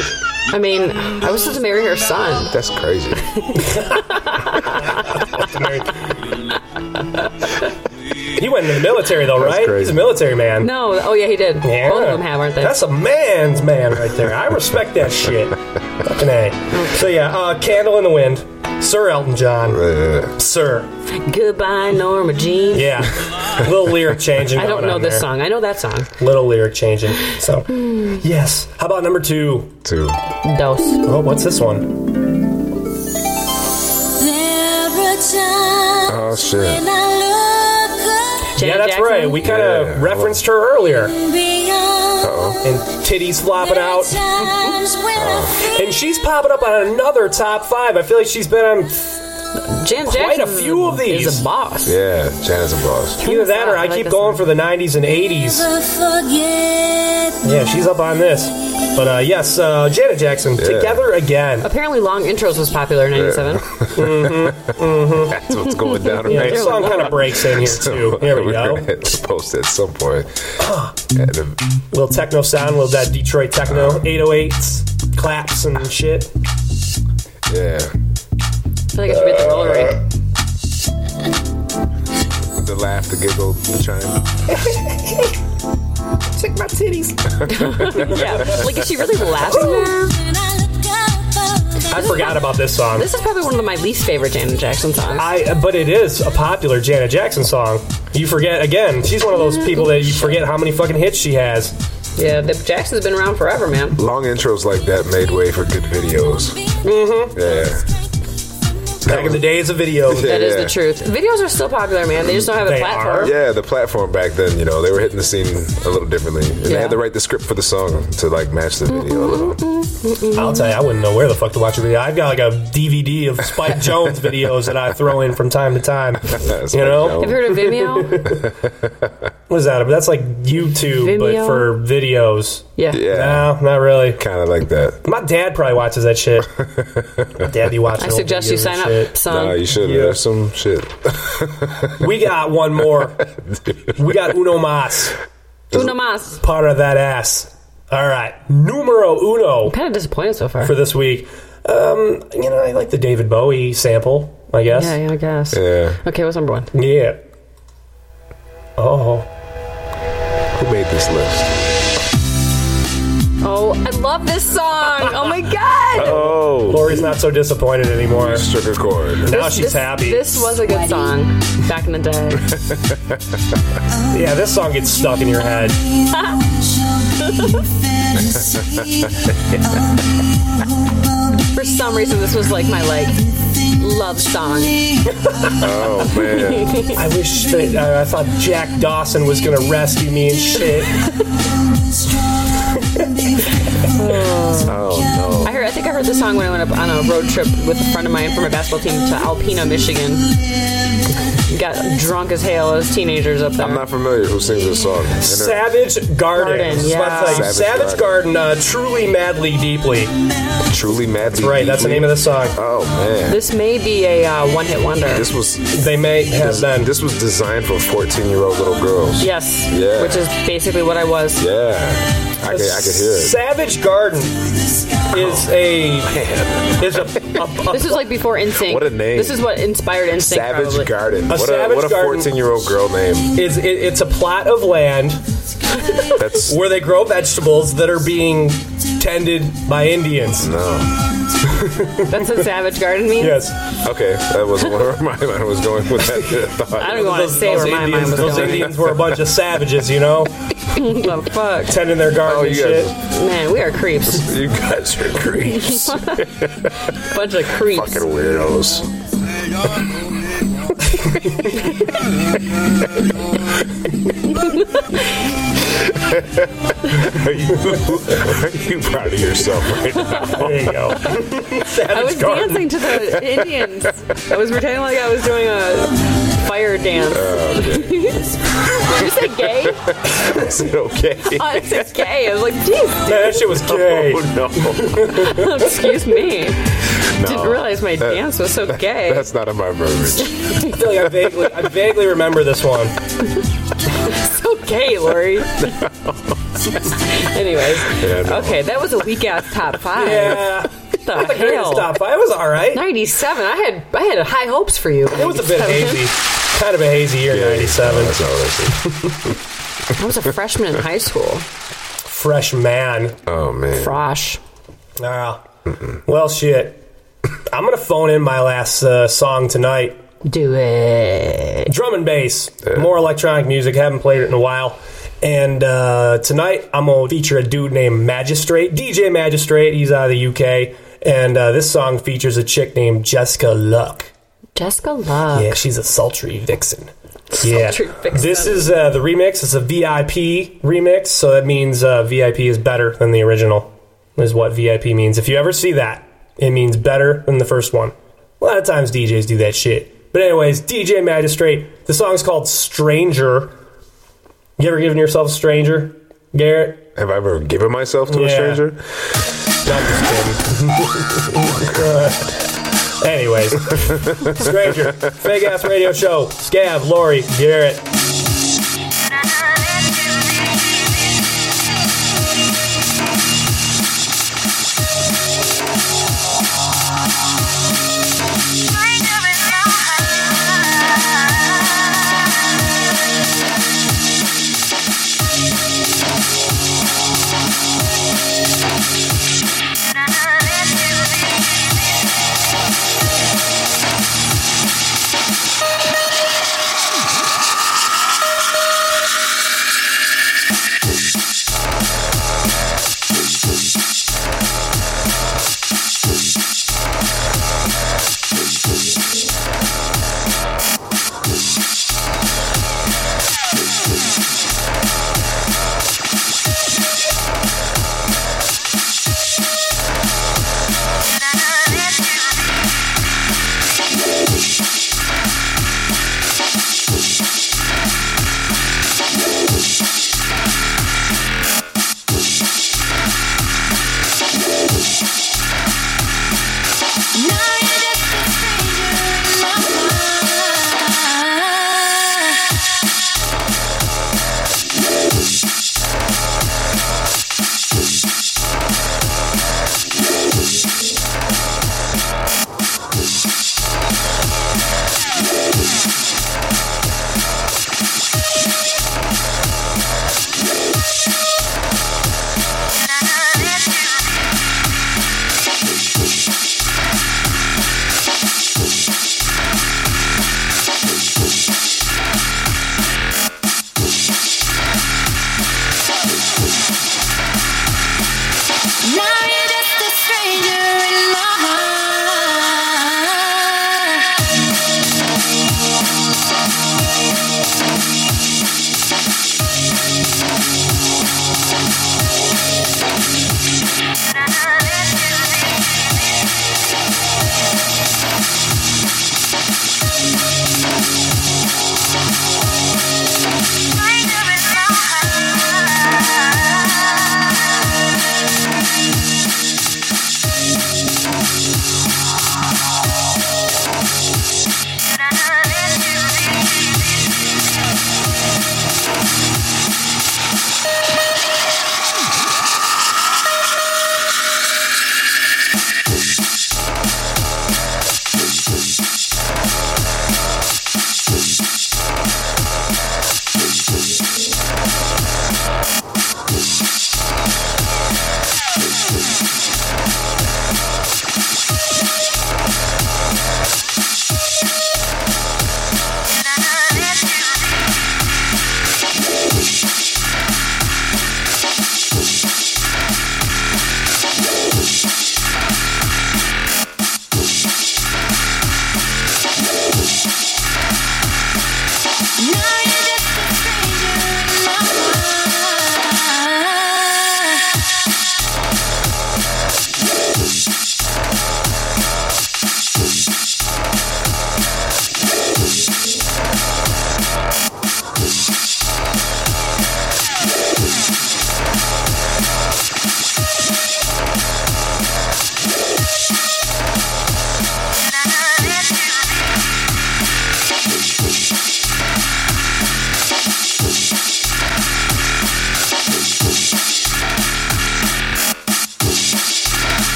S3: I mean, I was supposed to marry her son.
S4: That's crazy.
S2: He went in the military though,
S4: That's
S2: right?
S4: crazy.
S2: He's a military man.
S3: No. Oh yeah, he did.
S2: Yeah.
S3: Both of them have, aren't they?
S2: That's a man's man right there. I respect that shit. Fucking A. So yeah, uh, Candle in the Wind, Sir Elton John,
S4: Uh,
S2: Sir.
S3: Goodbye, Norma Jean.
S2: Yeah, little lyric changing.
S3: I don't
S2: going
S3: know
S2: on
S3: this
S2: there.
S3: song. I know that song.
S2: Little lyric changing. So yes. How about number two?
S4: two.
S3: Dos.
S2: Oh, what's this one?
S4: Oh shit.
S3: Janet
S2: yeah, that's
S3: Jackson?
S2: right. We kind of
S4: Yeah.
S2: referenced her earlier,
S4: Uh-oh.
S2: and titties flopping out. Oh. And she's popping up on another top five. I feel like she's been on
S3: Janet
S2: Quite a
S3: Jackson
S2: few of
S3: is- is
S2: these.
S3: a boss.
S4: Yeah, Janice and Boss.
S2: Either that or I
S3: I like
S2: keep
S3: this
S2: going
S3: one.
S2: for the 90s and 80s. Yeah, she's up on this. But uh, yes, uh, Janet Jackson, Together Again.
S3: Apparently, long intros was popular in '97.
S4: That's what's going down
S2: Yeah,
S4: right
S2: this song kind of breaks in here, too. Here we
S4: were
S2: go.
S4: Supposed at some point. And um, the-
S2: Little techno sound, little that Detroit techno, 808s, claps and shit.
S4: yeah,
S3: I feel like I should be at the roller rink.
S4: the laugh, the giggle, the chime.
S15: Check my titties.
S3: Yeah, like is she really laughing there?
S5: oh,
S2: I forgot about this song.
S3: This is probably one of my least favorite Janet Jackson songs.
S2: I, but it is a popular Janet Jackson song. You forget again. She's one of those people that you forget how many fucking hits she has.
S3: yeah, the Jackson's been around forever, man.
S2: Mm-hmm.
S4: Long intros like that made way for good videos. Yeah.
S2: Back in the days of video.
S3: That is the truth. Videos are still popular, man. They just don't have a platform.
S4: Yeah, the platform back then, you know, they were hitting the scene a little differently. And they
S3: Yeah.
S4: had to write the script for the song to like match the video a little.
S2: I'll tell you, I wouldn't know where the fuck to watch a video. I've got like a DVD of Spike Jones videos that I throw in from time to time. you know,
S3: Have you heard of Vimeo?
S2: what is that? That's like YouTube,
S3: Vimeo?
S2: but for videos.
S3: Yeah.
S2: No, not really.
S4: Kind of like that.
S2: My dad probably watches that shit. My dad be watching.
S3: I suggest you sign up, son.
S4: Nah, you should
S2: Um, Yeah.
S4: have some shit.
S2: We got one more. we got Uno Mas.
S3: Uno Mas.
S2: Part of that ass. All right. Numero uno.
S3: kind of disappointed so far.
S2: For this week. Um, you know, I like the David Bowie sample, I guess.
S3: Yeah, yeah, I guess.
S4: Yeah.
S3: Okay, what's number one?
S2: Yeah. Oh.
S4: Who made this list?
S3: Oh, I love this song. Oh my god.
S4: Oh.
S2: Lori's not so disappointed anymore.
S4: Struck a chord.
S2: Now
S3: This-
S2: she's
S3: this-
S2: happy.
S3: This was a good song back in the day.
S2: yeah, this song gets stuck in your head.
S3: For some reason, this was like my like love song.
S4: Oh man.
S2: I wish that uh, I thought Jack Dawson was gonna rescue me and shit.
S4: Oh
S3: I heard. I think I heard this song when I went up on a road trip with a friend of mine from my basketball team to Alpena, Michigan. Got drunk as hell as teenagers up there.
S4: no. I'm not familiar who sings this song. Inter-
S2: Savage Garden.
S3: Garden,
S2: That's what I'm
S3: yeah.
S2: saying.
S4: Savage
S2: Savage, Garden, uh, truly, madly, deeply.
S4: Truly madly.
S2: That's right. That's the
S4: Deeply?
S2: name of the song.
S4: Oh man.
S3: This may be a uh, one-hit wonder.
S4: This was
S2: They may have
S4: this,
S2: been.
S4: this was designed for 14 year old little girls.
S3: yes,
S4: Yeah.
S3: which is basically what I was.
S4: Yeah. I could, I could hear it.
S2: Savage Garden is a is a, a, a
S3: This is like before Instinct.
S4: What a name.
S3: This is what inspired Instinct.
S4: Savage
S3: probably.
S4: Garden. what
S2: Savage
S4: a what a
S2: Garden.
S4: 14 year old girl name.
S2: is it, it's a plot of land
S4: That's
S2: where they grow vegetables that are being tended by Indians.
S4: no.
S3: That's what Savage Garden means.
S2: Yes,
S4: Okay, that was where my mind was going with that thought.
S3: I don't want to say where my mind
S2: Indians,
S3: was
S2: those
S3: going.
S2: Indians were a bunch of savages, you know,
S3: the fuck,
S2: tending their garden
S4: Oh,
S2: and
S4: you
S2: shit.
S4: guys,
S3: man, we are creeps.
S4: you guys are creeps.
S3: Bunch of creeps.
S4: Fucking weirdos. are, you, are you proud of yourself right now?
S2: There you go. Savage
S3: I was
S2: Garden.
S3: dancing to the Indians. I was pretending like I was doing a fire dance.
S2: Oh,
S3: Did you say gay?
S4: Is it okay?
S3: Oh, I said gay. I was like, geez,
S2: Man, that shit was gay.
S4: Oh no.
S3: excuse me.
S4: No.
S2: Oh,
S3: Didn't realize my
S4: That-
S3: dance was so gay.
S4: That's not in my verbiage.
S2: I feel like I vaguely, I vaguely remember this one.
S3: so gay, Lori. Anyways,
S4: Yeah, no.
S3: okay, that was a weak ass top five.
S2: Yeah,
S3: What the
S2: greatest
S3: hell?
S2: top five. It was all right.
S3: Ninety-seven. I had I had high hopes for you.
S2: It was a bit hazy. Kind of a hazy year,
S4: No,
S2: 97.
S4: that's not what I said.
S3: I was a freshman in high school.
S2: Fresh man.
S4: Oh man.
S3: Frosh.
S2: Ah. Well, shit. I'm going to phone in my last uh, song tonight.
S3: Do it.
S2: Drum and bass. More electronic music. Haven't played it in a while. And uh, tonight, I'm going to feature a dude named Magistrate. DJ Magistrate. He's out of the UK. And uh, this song features a chick named Jessica Luck.
S3: Jessica Love.
S2: Yeah, she's a sultry vixen. Yeah,
S3: Sultry vixen.
S2: this is uh, the remix. It's a VIP remix, so that means uh, VIP is better than the original. Is what VIP means. If you ever see that, it means better than the first one. A lot of times DJs do that shit. But anyways, DJ Magistrate. The song's called "Stranger." You ever given yourself a stranger, Garrett?
S4: Have I ever given myself to a
S2: Yeah.
S4: stranger?
S2: No, I'm just kidding. anyways, stranger, fake ass radio show. Scav, Lori, Garrett.
S8: Stranger,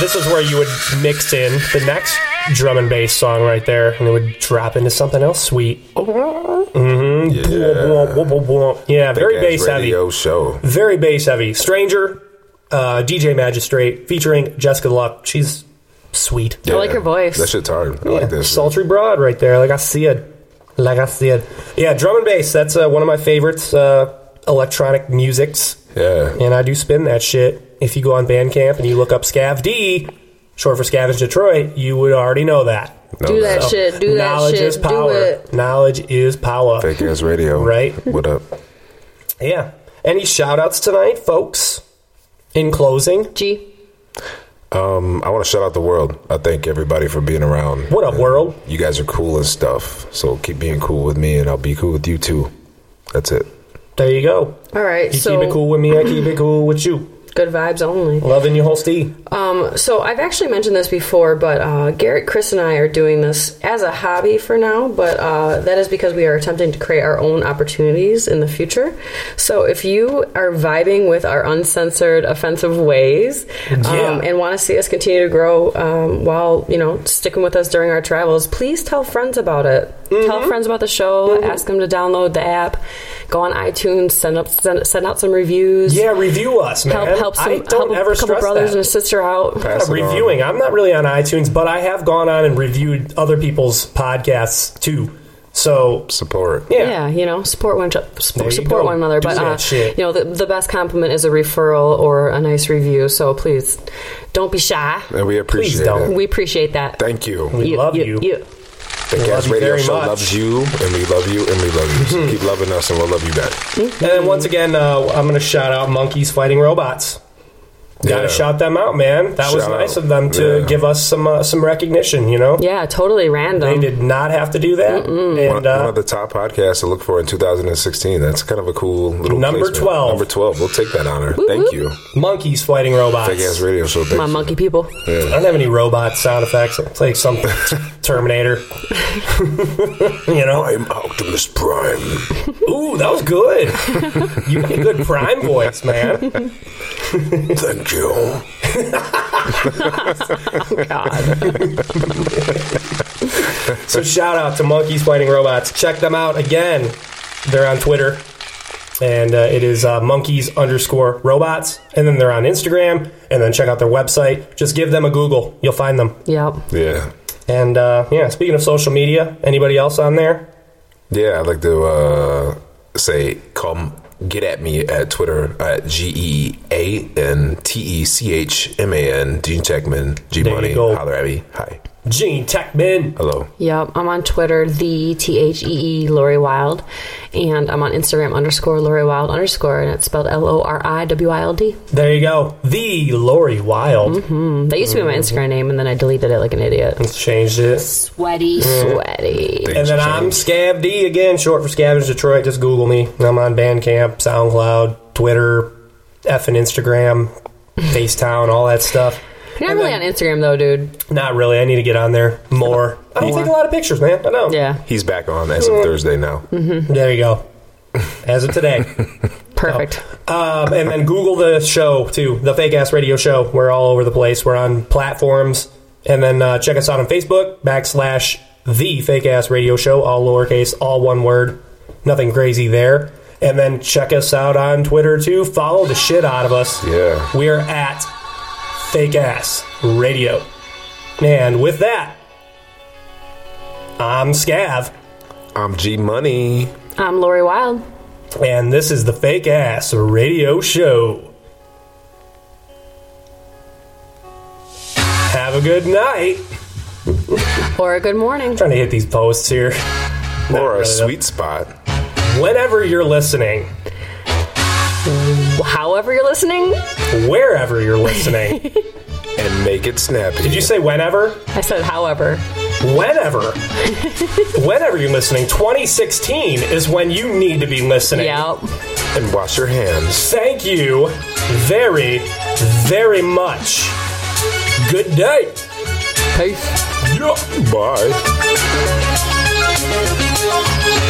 S2: this is where you would mix in the next drum and bass song right there, and it would drop into something else sweet. hmm Yeah, very
S4: Big-ass
S2: bass heavy.
S4: radio show.
S2: Very bass heavy. Stranger, uh, DJ Magistrate, featuring Jessica Luck. She's sweet.
S4: I like Yeah. her voice. That shit's hard. I like this.
S2: Sultry broad right there. Like I see it. Like I see it. Yeah, drum and bass. That's uh, one of my favorites. Uh, electronic musics.
S4: Yeah.
S2: And I do spin that shit. If you go on Bandcamp and you look up Scav D, short for Scavenge Detroit, you would already know that.
S4: Do that
S16: shit, do that
S2: knowledge
S16: shit,
S2: Is
S16: do
S2: power.
S16: it.
S2: Knowledge is power.
S4: Fake ass radio.
S2: Right.
S4: What up?
S2: Yeah. Any shout outs tonight, folks? In closing,
S16: G.
S4: Um, I want to shout out the world. I thank everybody for being around.
S2: What up, world?
S4: You guys are cool and stuff. So keep being cool with me, and I'll be cool with you too. That's it.
S2: There you go.
S3: All right.
S2: You
S3: so
S2: keep it cool with me, I keep it cool with you.
S3: Good vibes only.
S2: Loving your whole Steve.
S3: Um, so I've actually mentioned this before, but uh, Garrett, Chris, and I are doing this as a hobby for now. But uh, that is because we are attempting to create our own opportunities in the future. So if you are vibing with our uncensored, offensive ways, um,
S16: Yeah.
S3: and want to see us continue to grow um, while you know sticking with us during our travels, please tell friends about it. Tell
S2: Mm-hmm.
S3: friends about the show. Ask them to download the app. Go on iTunes. Send up. Send, send out some reviews.
S2: Yeah, review us, man.
S3: Help, help some.
S2: I don't
S3: help a
S2: ever
S3: couple
S2: stress
S3: brothers
S2: that.
S3: and a sister out.
S2: I'm not reviewing. I'm not really on iTunes, but I have gone on and reviewed other people's podcasts too. So
S4: support.
S2: Yeah.
S3: Yeah, you know, support one sup-
S2: There you
S3: support
S2: go.
S3: one another.
S2: Do
S3: But
S2: that
S3: uh,
S2: shit.
S3: you know, the, the best compliment is a referral or a nice review. So please, don't be shy.
S4: And we appreciate
S3: Please don't.
S4: it.
S3: We appreciate that.
S4: Thank you.
S3: you.
S4: Fake
S2: We love
S4: ass
S2: you
S4: radio
S2: very
S4: show
S2: much. Hmm.
S4: loves you, and we love you, and we love you. So keep loving us, and we'll love you back.
S2: And once again, uh, I'm going to shout out Monkeys Fighting Robots. Got to
S4: Yeah.
S2: shout them out, man. That was
S4: Shout
S2: nice
S4: out.
S2: of them to
S4: Yeah.
S2: give us some uh, some recognition. You know,
S3: yeah, totally random.
S2: They did not have to do that.
S4: One,
S2: And uh,
S4: one of the top podcasts to look for in 2016. That's kind of a cool little
S2: Number
S4: placement.
S2: 12.
S4: Number 12. We'll take that honor. Thank you.
S2: Monkeys Fighting Robots.
S4: Fake ass radio show. Thank
S3: My
S4: you.
S3: monkey people.
S2: I don't have any robot sound effects. It's like some Terminator. you know,
S4: I'm Optimus Prime.
S2: Ooh, that was good. you got a good Prime voice, man.
S4: Thank you.
S2: so shout out to Monkeys Fighting Robots. Check them out again. They're on Twitter, and uh, it is uh, monkeys underscore robots. And then they're on Instagram. And then check out their website. Just give them a Google. You'll find them.
S3: Yep.
S4: Yeah.
S2: And uh, yeah, speaking of social media, anybody else on there?
S4: Yeah, I'd like to uh, say come get at me at Twitter at G E A N T E C H M A N Gene Techman G
S2: There you
S4: Money
S2: go.
S4: holler at me. Hi.
S2: Gene Techman.
S4: Hello.
S3: Yep, I'm on Twitter, the T H E E Lori Wild, and I'm on Instagram underscore Lori Wild underscore, and it's spelled L O R I W I L D.
S2: There you go. The Lori Wild.
S3: Mm, That used to be my
S2: Mm-hmm.
S3: Instagram name, and then I deleted it like an idiot.
S2: It's changed it.
S3: Sweaty, sweaty.
S2: And then I'm Scav D again, short for Scavenge Detroit. Just Google me. I'm on Bandcamp, SoundCloud, Twitter, F and Instagram, FaceTown, all that stuff.
S3: You're not really on Instagram though, dude.
S2: Not really. I need to get on there more. I don't take a lot of pictures, man. I know.
S3: Yeah.
S4: He's back on as of Thursday now.
S2: Mm-hmm. There you go. As of today.
S3: Perfect.
S2: Um, and then Google the show too, the Fake Ass Radio Show. We're all over the place. We're on platforms, and then uh, check us out on Facebook backslash the Fake Ass Radio Show, all lowercase, all one word, nothing crazy there. And then check us out on Twitter too. Follow the shit out of us.
S4: Yeah.
S2: We are at Fake Ass Radio. And with that, I'm Scav.
S4: I'm G Money.
S3: I'm Lori Wild.
S2: And this is the Fake Ass Radio Show. Have a good night.
S3: Or a good morning.
S2: trying to hit these posts here.
S4: Or a sweet spot.
S2: Whenever you're listening,
S3: However, you're listening,
S2: wherever you're listening,
S4: and make it snappy.
S2: Did you say whenever?
S3: I said however.
S2: Whenever. whenever you're listening, 2016 is when you need to be listening.
S3: Yep.
S4: And wash your hands.
S2: Thank you very, very much. Good day.
S3: Peace.
S4: Bye.
S8: Bye.